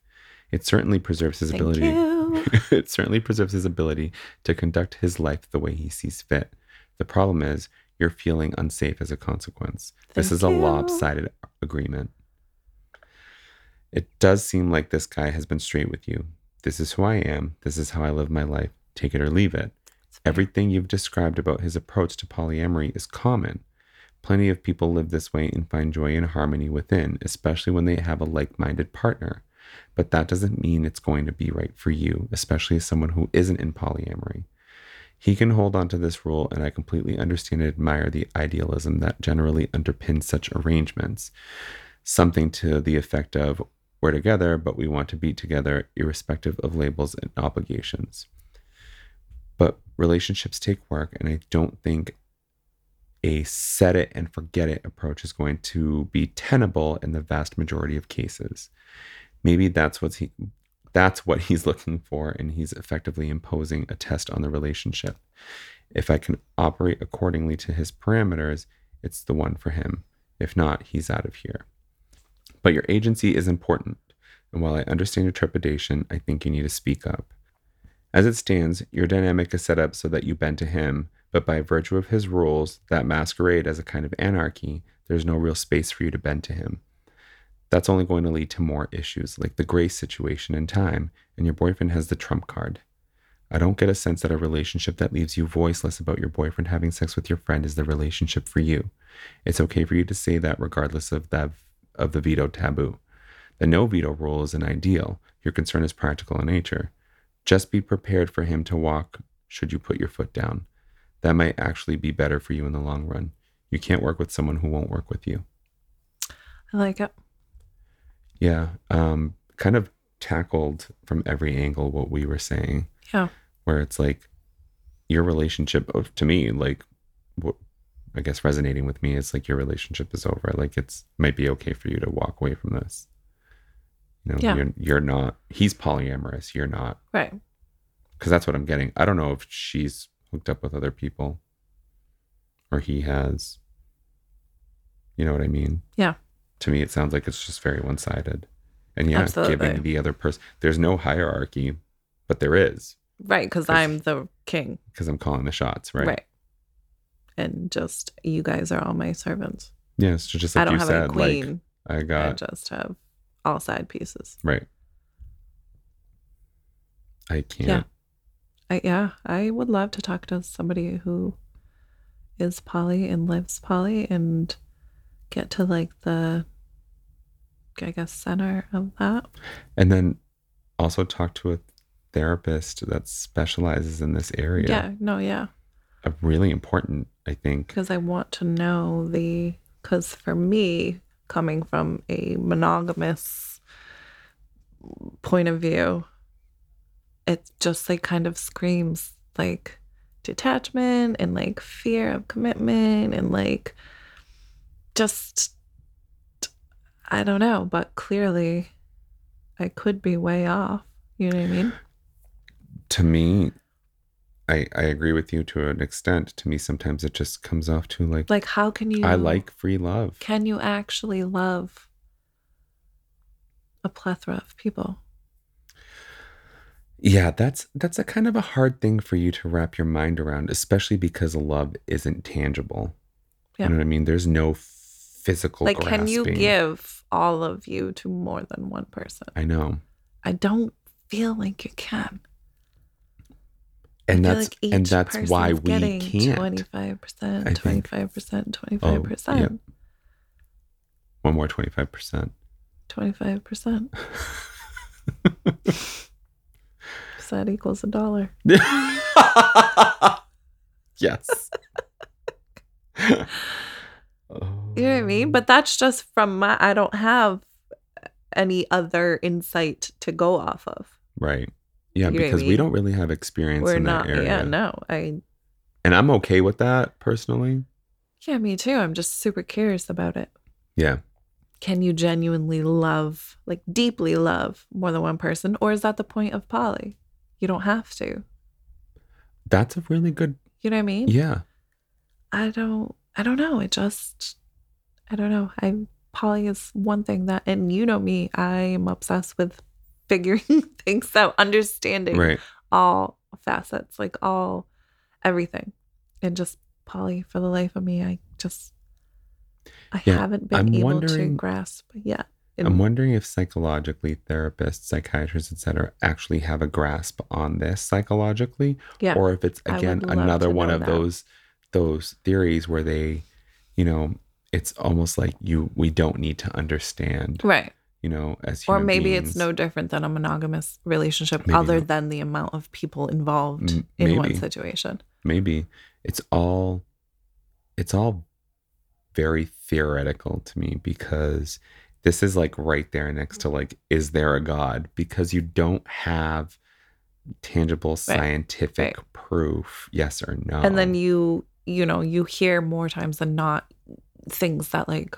[SPEAKER 4] It certainly preserves his
[SPEAKER 2] Thank
[SPEAKER 4] ability
[SPEAKER 2] you.
[SPEAKER 4] it certainly preserves his ability to conduct his life the way he sees fit. The problem is you're feeling unsafe as a consequence. this
[SPEAKER 2] Thank
[SPEAKER 4] is a
[SPEAKER 2] you.
[SPEAKER 4] lopsided agreement. It does seem like this guy has been straight with you. This is who I am. This is how I live my life. Take it or leave it. Everything you've described about his approach to polyamory is common. Plenty of people live this way and find joy and harmony within, especially when they have a like minded partner. But that doesn't mean it's going to be right for you, especially as someone who isn't in polyamory. He can hold on to this rule, and I completely understand and admire the idealism that generally underpins such arrangements. Something to the effect of, we're together, but we want to be together, irrespective of labels and obligations but relationships take work and i don't think a set it and forget it approach is going to be tenable in the vast majority of cases maybe that's what's he that's what he's looking for and he's effectively imposing a test on the relationship if i can operate accordingly to his parameters it's the one for him if not he's out of here but your agency is important and while i understand your trepidation i think you need to speak up as it stands, your dynamic is set up so that you bend to him, but by virtue of his rules that masquerade as a kind of anarchy, there's no real space for you to bend to him. That's only going to lead to more issues, like the grace situation in time, and your boyfriend has the trump card. I don't get a sense that a relationship that leaves you voiceless about your boyfriend having sex with your friend is the relationship for you. It's okay for you to say that regardless of that of the veto taboo. The no veto rule is an ideal. Your concern is practical in nature. Just be prepared for him to walk should you put your foot down. That might actually be better for you in the long run. You can't work with someone who won't work with you.
[SPEAKER 2] I like it.
[SPEAKER 4] Yeah. Um, kind of tackled from every angle what we were saying,
[SPEAKER 2] Yeah.
[SPEAKER 4] where it's like your relationship of- to me, like, what I guess resonating with me is like your relationship is over. Like, it's might be okay for you to walk away from this. You know,
[SPEAKER 2] Yeah.
[SPEAKER 4] you're, you're not, he's polyamorous. You're not.
[SPEAKER 2] Right.
[SPEAKER 4] because that's what I'm getting. I don't know if she's hooked up with other people or he has. You know what I mean?
[SPEAKER 2] Yeah.
[SPEAKER 4] To me, it sounds like it's just very one sided. And yeah,
[SPEAKER 2] Absolutely.
[SPEAKER 4] giving the other person, there's no hierarchy, but there is
[SPEAKER 2] Right. Because
[SPEAKER 4] Cause-
[SPEAKER 2] I'm the king.
[SPEAKER 4] because I'm calling the shots, right?
[SPEAKER 2] Right. And just you guys are all my servants.
[SPEAKER 4] Yeah. So just like
[SPEAKER 2] I don't
[SPEAKER 4] you
[SPEAKER 2] have
[SPEAKER 4] said,
[SPEAKER 2] a queen.
[SPEAKER 4] like I
[SPEAKER 2] I
[SPEAKER 4] got,
[SPEAKER 2] just have all side pieces.
[SPEAKER 4] right. I can't.
[SPEAKER 2] Yeah. I, yeah, I would love to talk to somebody who is poly and lives poly and get to like the, I guess, center of that.
[SPEAKER 4] And then also talk to a therapist that specializes in this area.
[SPEAKER 2] yeah no, yeah.
[SPEAKER 4] A really important, I think.
[SPEAKER 2] because I want to know the because for me coming from a monogamous point of view it just like kind of screams like detachment and like fear of commitment and like just I don't know but clearly I could be way off you know what I mean
[SPEAKER 4] to me I, I agree with you to an extent. To me, sometimes it just comes off to like,
[SPEAKER 2] like how can you
[SPEAKER 4] I like free love.
[SPEAKER 2] can you actually love a plethora of people?
[SPEAKER 4] Yeah, that's that's a kind of a hard thing for you to wrap your mind around, especially because love isn't tangible.
[SPEAKER 2] Yeah.
[SPEAKER 4] You know what I mean? There's no physical.
[SPEAKER 2] Like, can you
[SPEAKER 4] grasping.
[SPEAKER 2] give all of you to more than one person?
[SPEAKER 4] I know,
[SPEAKER 2] I don't feel like you can.
[SPEAKER 4] and
[SPEAKER 2] I feel
[SPEAKER 4] that's
[SPEAKER 2] like each
[SPEAKER 4] and that's why
[SPEAKER 2] person's
[SPEAKER 4] we
[SPEAKER 2] getting
[SPEAKER 4] can't.
[SPEAKER 2] Twenty-five
[SPEAKER 4] I
[SPEAKER 2] percent,
[SPEAKER 4] think. Oh,
[SPEAKER 2] twenty-five percent, twenty-five percent,
[SPEAKER 4] One more twenty five percent.
[SPEAKER 2] twenty-five percent. 'Cause that equals a dollar.
[SPEAKER 4] yes. Oh.
[SPEAKER 2] You know what I mean? But that's just from my, I don't have any other insight to go off of.
[SPEAKER 4] right. Yeah,
[SPEAKER 2] You know what I
[SPEAKER 4] because we
[SPEAKER 2] mean?
[SPEAKER 4] don't really have experience
[SPEAKER 2] We're
[SPEAKER 4] in
[SPEAKER 2] not,
[SPEAKER 4] that area.
[SPEAKER 2] yeah, no. I,
[SPEAKER 4] And I'm okay with that personally.
[SPEAKER 2] yeah, me too. I'm just super curious about it.
[SPEAKER 4] Yeah.
[SPEAKER 2] Can you genuinely love, like deeply love more than one person? Or is that the point of poly? You don't have to.
[SPEAKER 4] That's a really good
[SPEAKER 2] You know what I mean?
[SPEAKER 4] Yeah.
[SPEAKER 2] I don't I don't know. It just I don't know. I poly is one thing that and you know me, I'm obsessed with figuring things out, understanding
[SPEAKER 4] Right.
[SPEAKER 2] all facets, like all everything. And just poly for the life of me, I just I
[SPEAKER 4] Yeah,
[SPEAKER 2] haven't been
[SPEAKER 4] I'm
[SPEAKER 2] able
[SPEAKER 4] wondering-
[SPEAKER 2] to grasp yet.
[SPEAKER 4] I'm wondering if psychologically therapists, psychiatrists, etc., actually have a grasp on this psychologically,
[SPEAKER 2] yeah.
[SPEAKER 4] or if it's
[SPEAKER 2] I would
[SPEAKER 4] again
[SPEAKER 2] love
[SPEAKER 4] another
[SPEAKER 2] to
[SPEAKER 4] one
[SPEAKER 2] know
[SPEAKER 4] of
[SPEAKER 2] that.
[SPEAKER 4] those those theories where they, you know, it's almost like you we don't need to understand,
[SPEAKER 2] right.
[SPEAKER 4] you know, as
[SPEAKER 2] Or
[SPEAKER 4] human
[SPEAKER 2] maybe it's
[SPEAKER 4] beings.
[SPEAKER 2] no different than a monogamous relationship
[SPEAKER 4] Maybe
[SPEAKER 2] other
[SPEAKER 4] not.
[SPEAKER 2] than the amount of people involved
[SPEAKER 4] M-
[SPEAKER 2] in one
[SPEAKER 4] maybe.
[SPEAKER 2] situation.
[SPEAKER 4] maybe it's all it's all very theoretical to me because this is like right there next to like is there a god because you don't have tangible scientific proof yes or no
[SPEAKER 2] and then you you know you hear more times than not things that like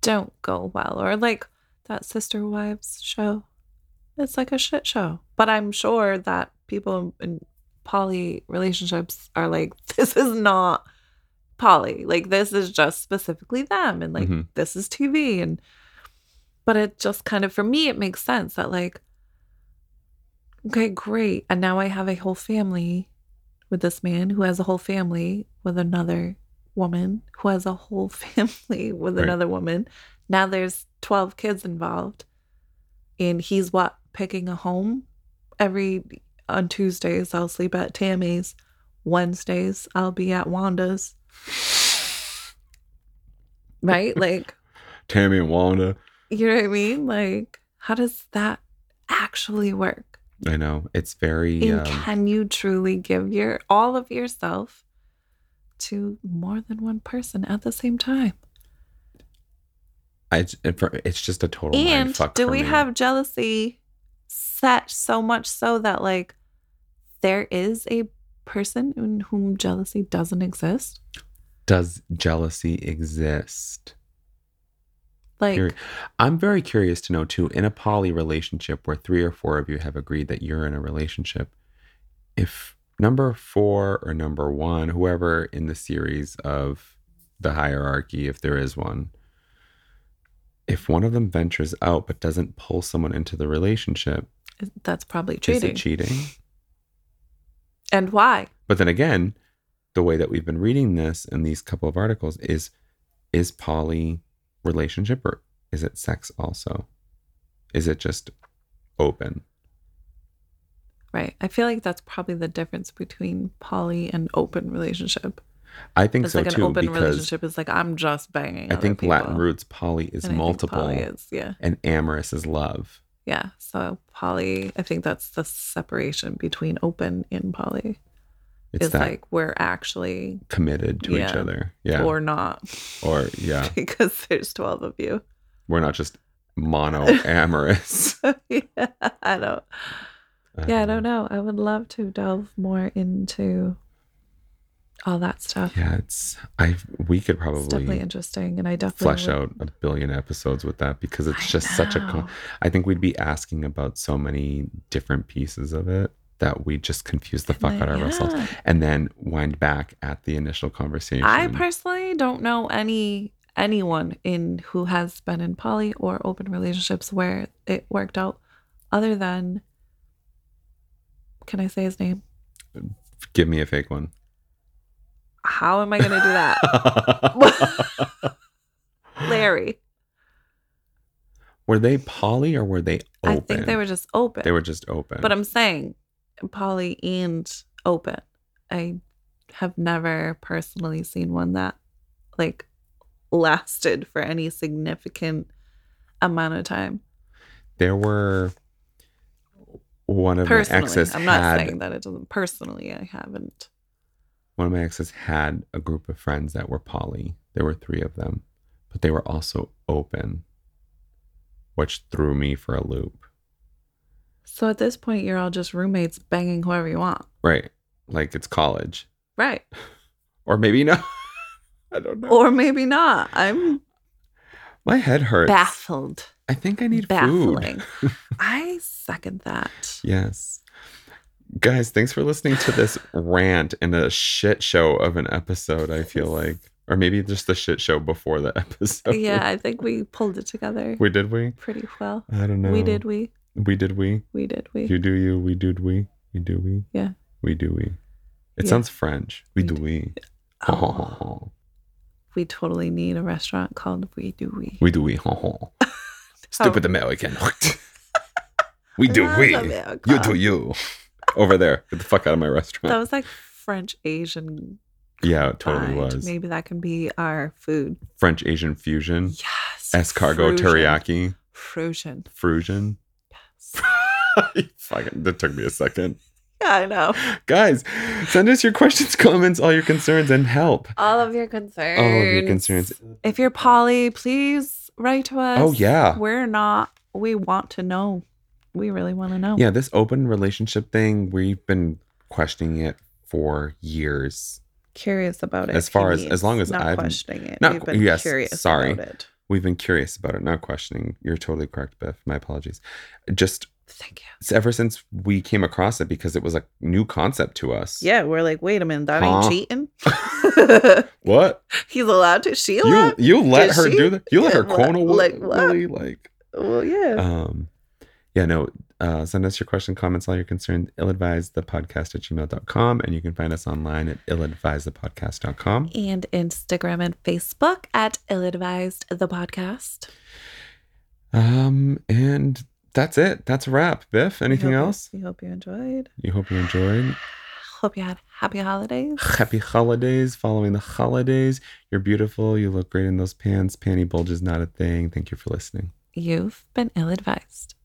[SPEAKER 2] don't go well or like that sister wives show it's like a shit show but i'm sure that people in poly relationships are like this is not poly like this is just specifically them and like
[SPEAKER 4] Mhm.
[SPEAKER 2] this is tv and but it just kind of for me it makes sense that like okay great and now i have a whole family with this man who has a whole family with another woman who has a whole family with
[SPEAKER 4] Right.
[SPEAKER 2] another woman now there's 12 kids involved and he's what picking a home every on tuesdays i'll sleep at tammy's wednesdays i'll be at wanda's right like
[SPEAKER 4] tammy and wanda
[SPEAKER 2] you know what i mean like how does that actually work
[SPEAKER 4] i know it's very
[SPEAKER 2] and
[SPEAKER 4] um,
[SPEAKER 2] can you truly give your all of yourself to more than one person at the same time?
[SPEAKER 4] I, it- for- it's just a total
[SPEAKER 2] and
[SPEAKER 4] mindfuck
[SPEAKER 2] do
[SPEAKER 4] for
[SPEAKER 2] we
[SPEAKER 4] me.
[SPEAKER 2] have jealousy set so much so that like there is a person in whom jealousy doesn't exist?
[SPEAKER 4] does jealousy exist
[SPEAKER 2] Like
[SPEAKER 4] Period. I'm very curious to know too, in a poly relationship where three or four of you have agreed that you're in a relationship, if number four or number one, whoever in the series of the hierarchy, if there is one, if one of them ventures out but doesn't pull someone into the relationship,
[SPEAKER 2] that's probably
[SPEAKER 4] is
[SPEAKER 2] cheating.
[SPEAKER 4] it cheating?
[SPEAKER 2] and why?
[SPEAKER 4] But then again, the way that we've been reading this in these couple of articles is is poly relationship or is it sex also? Is it just open?
[SPEAKER 2] Right. I feel like that's probably the difference between poly and open relationship.
[SPEAKER 4] I think
[SPEAKER 2] It's
[SPEAKER 4] so
[SPEAKER 2] like an
[SPEAKER 4] too
[SPEAKER 2] open
[SPEAKER 4] because
[SPEAKER 2] relationship is like I'm just banging.
[SPEAKER 4] I
[SPEAKER 2] other
[SPEAKER 4] think Latin
[SPEAKER 2] people.
[SPEAKER 4] roots poly is
[SPEAKER 2] And I think
[SPEAKER 4] multiple
[SPEAKER 2] poly is, yeah.
[SPEAKER 4] and amorous is love.
[SPEAKER 2] Yeah. So poly, I think that's the separation between open and poly.
[SPEAKER 4] It's,
[SPEAKER 2] is
[SPEAKER 4] that
[SPEAKER 2] like we're actually
[SPEAKER 4] committed to each
[SPEAKER 2] Yeah.
[SPEAKER 4] other. Yeah. Or,
[SPEAKER 2] or not
[SPEAKER 4] yeah,
[SPEAKER 2] because there's 12 of you.
[SPEAKER 4] we're not just mono amorous. Um,
[SPEAKER 2] yeah, I don't. Yeah, I don't know.
[SPEAKER 4] Uh-huh.
[SPEAKER 2] I would love to delve more into all that stuff.
[SPEAKER 4] Yeah, it's I we could
[SPEAKER 2] it's definitely
[SPEAKER 4] probably
[SPEAKER 2] interesting, and I definitely
[SPEAKER 4] flesh
[SPEAKER 2] would-
[SPEAKER 4] out a billion episodes with that because it's
[SPEAKER 2] I
[SPEAKER 4] just such a con-
[SPEAKER 2] know.
[SPEAKER 4] I think we'd be asking about so many different pieces of it that we just confuse the fuck
[SPEAKER 2] And
[SPEAKER 4] out
[SPEAKER 2] then-
[SPEAKER 4] of ourselves
[SPEAKER 2] yeah.
[SPEAKER 4] and then wind back at the initial conversation.
[SPEAKER 2] I personally don't know any anyone in who has been in poly or open relationships where it worked out other than can I say his name?
[SPEAKER 4] Give me a fake one.
[SPEAKER 2] How am I going to do that? Larry.
[SPEAKER 4] were they poly or were they open?
[SPEAKER 2] I think they were just open.
[SPEAKER 4] They were just open.
[SPEAKER 2] But I'm saying poly and open. I have never personally seen one that like lasted for any significant amount of time.
[SPEAKER 4] there were one of
[SPEAKER 2] personally,
[SPEAKER 4] my exes
[SPEAKER 2] I'm not
[SPEAKER 4] had
[SPEAKER 2] saying that it doesn't. Personally, I haven't.
[SPEAKER 4] one of my exes had a group of friends that were poly. There were three of them, but they were also open, which threw me for a loop.
[SPEAKER 2] So at this point, you're all just roommates banging whoever you want,
[SPEAKER 4] Right. Like it's college.
[SPEAKER 2] right?
[SPEAKER 4] Or maybe not. I don't know.
[SPEAKER 2] Or maybe not. I'm
[SPEAKER 4] my head hurts.
[SPEAKER 2] baffled,
[SPEAKER 4] I think I need food.
[SPEAKER 2] baffling. I second that.
[SPEAKER 4] Yes. Guys, thanks for listening to this rant and a shit show of an episode, I feel like. Or maybe just the shit show before the episode.
[SPEAKER 2] Yeah, I think we pulled it together
[SPEAKER 4] Oh, We did we?
[SPEAKER 2] pretty well.
[SPEAKER 4] I don't know.
[SPEAKER 2] We did. We
[SPEAKER 4] We did we?
[SPEAKER 2] we did. We
[SPEAKER 4] You do you, we do we, we do we.
[SPEAKER 2] Yeah.
[SPEAKER 4] We do we. It
[SPEAKER 2] Yeah.
[SPEAKER 4] sounds French. We,
[SPEAKER 2] We
[SPEAKER 4] do
[SPEAKER 2] do-
[SPEAKER 4] we.
[SPEAKER 2] Oh, we totally need a restaurant called We Do We.
[SPEAKER 4] We do we. Stupid American. we do
[SPEAKER 2] Oh. Love Oh,
[SPEAKER 4] we.
[SPEAKER 2] America.
[SPEAKER 4] You do you. Over there. Get the fuck out of my
[SPEAKER 2] That
[SPEAKER 4] restaurant.
[SPEAKER 2] was like French Asian.
[SPEAKER 4] yeah, it totally
[SPEAKER 2] combined.
[SPEAKER 4] was.
[SPEAKER 2] Maybe that can be our food.
[SPEAKER 4] French Asian fusion.
[SPEAKER 2] Yes.
[SPEAKER 4] Escargot
[SPEAKER 2] Frusion.
[SPEAKER 4] teriyaki.
[SPEAKER 2] Frusion.
[SPEAKER 4] Fusion.
[SPEAKER 2] Yes.
[SPEAKER 4] Fucking, that took me a second.
[SPEAKER 2] Yeah, I know.
[SPEAKER 4] Guys, send us your questions, comments, all your concerns, and help.
[SPEAKER 2] All of your concerns.
[SPEAKER 4] All of your concerns.
[SPEAKER 2] If you're poly, please write to us.
[SPEAKER 4] Oh, yeah.
[SPEAKER 2] We're not. We want to know. We really want to know.
[SPEAKER 4] Yeah, this open relationship thing, we've been questioning it for years.
[SPEAKER 2] Curious about it.
[SPEAKER 4] As far
[SPEAKER 2] he
[SPEAKER 4] as- as
[SPEAKER 2] means,
[SPEAKER 4] long as
[SPEAKER 2] not
[SPEAKER 4] I've-
[SPEAKER 2] questioning it.
[SPEAKER 4] not
[SPEAKER 2] We've
[SPEAKER 4] qu-
[SPEAKER 2] been
[SPEAKER 4] yes,
[SPEAKER 2] curious
[SPEAKER 4] sorry.
[SPEAKER 2] about it.
[SPEAKER 4] We've been curious about it, not questioning. You're totally correct, Beth. My apologies. Just
[SPEAKER 2] Thank you.
[SPEAKER 4] s- ever since we came across it, because it was a new concept to us.
[SPEAKER 2] Yeah, we're like, wait a minute, that
[SPEAKER 4] Huh?
[SPEAKER 2] ain't cheating.
[SPEAKER 4] What
[SPEAKER 2] He's allowed to. She
[SPEAKER 4] you
[SPEAKER 2] allowed.
[SPEAKER 4] you let
[SPEAKER 2] Did
[SPEAKER 4] her
[SPEAKER 2] she?
[SPEAKER 4] do that? You let her
[SPEAKER 2] Like,
[SPEAKER 4] corner
[SPEAKER 2] like,
[SPEAKER 4] like
[SPEAKER 2] what?
[SPEAKER 4] Willie like
[SPEAKER 2] well, yeah.
[SPEAKER 4] um yeah no uh send us your question comments all your concerns ill-advised the podcast at gmail.com and you can find us online at illadvisedthepodcast.com
[SPEAKER 2] and Instagram and Facebook at Ill Advised the Podcast.
[SPEAKER 4] um and that's it that's a wrap biff anything
[SPEAKER 2] We hope you-
[SPEAKER 4] else
[SPEAKER 2] We hope you enjoyed.
[SPEAKER 4] you hope you enjoyed
[SPEAKER 2] Hope you had happy holidays.
[SPEAKER 4] happy holidays following the holidays you're beautiful you look great in those pants panty bulge is not a thing thank you for listening
[SPEAKER 2] You've been ill advised.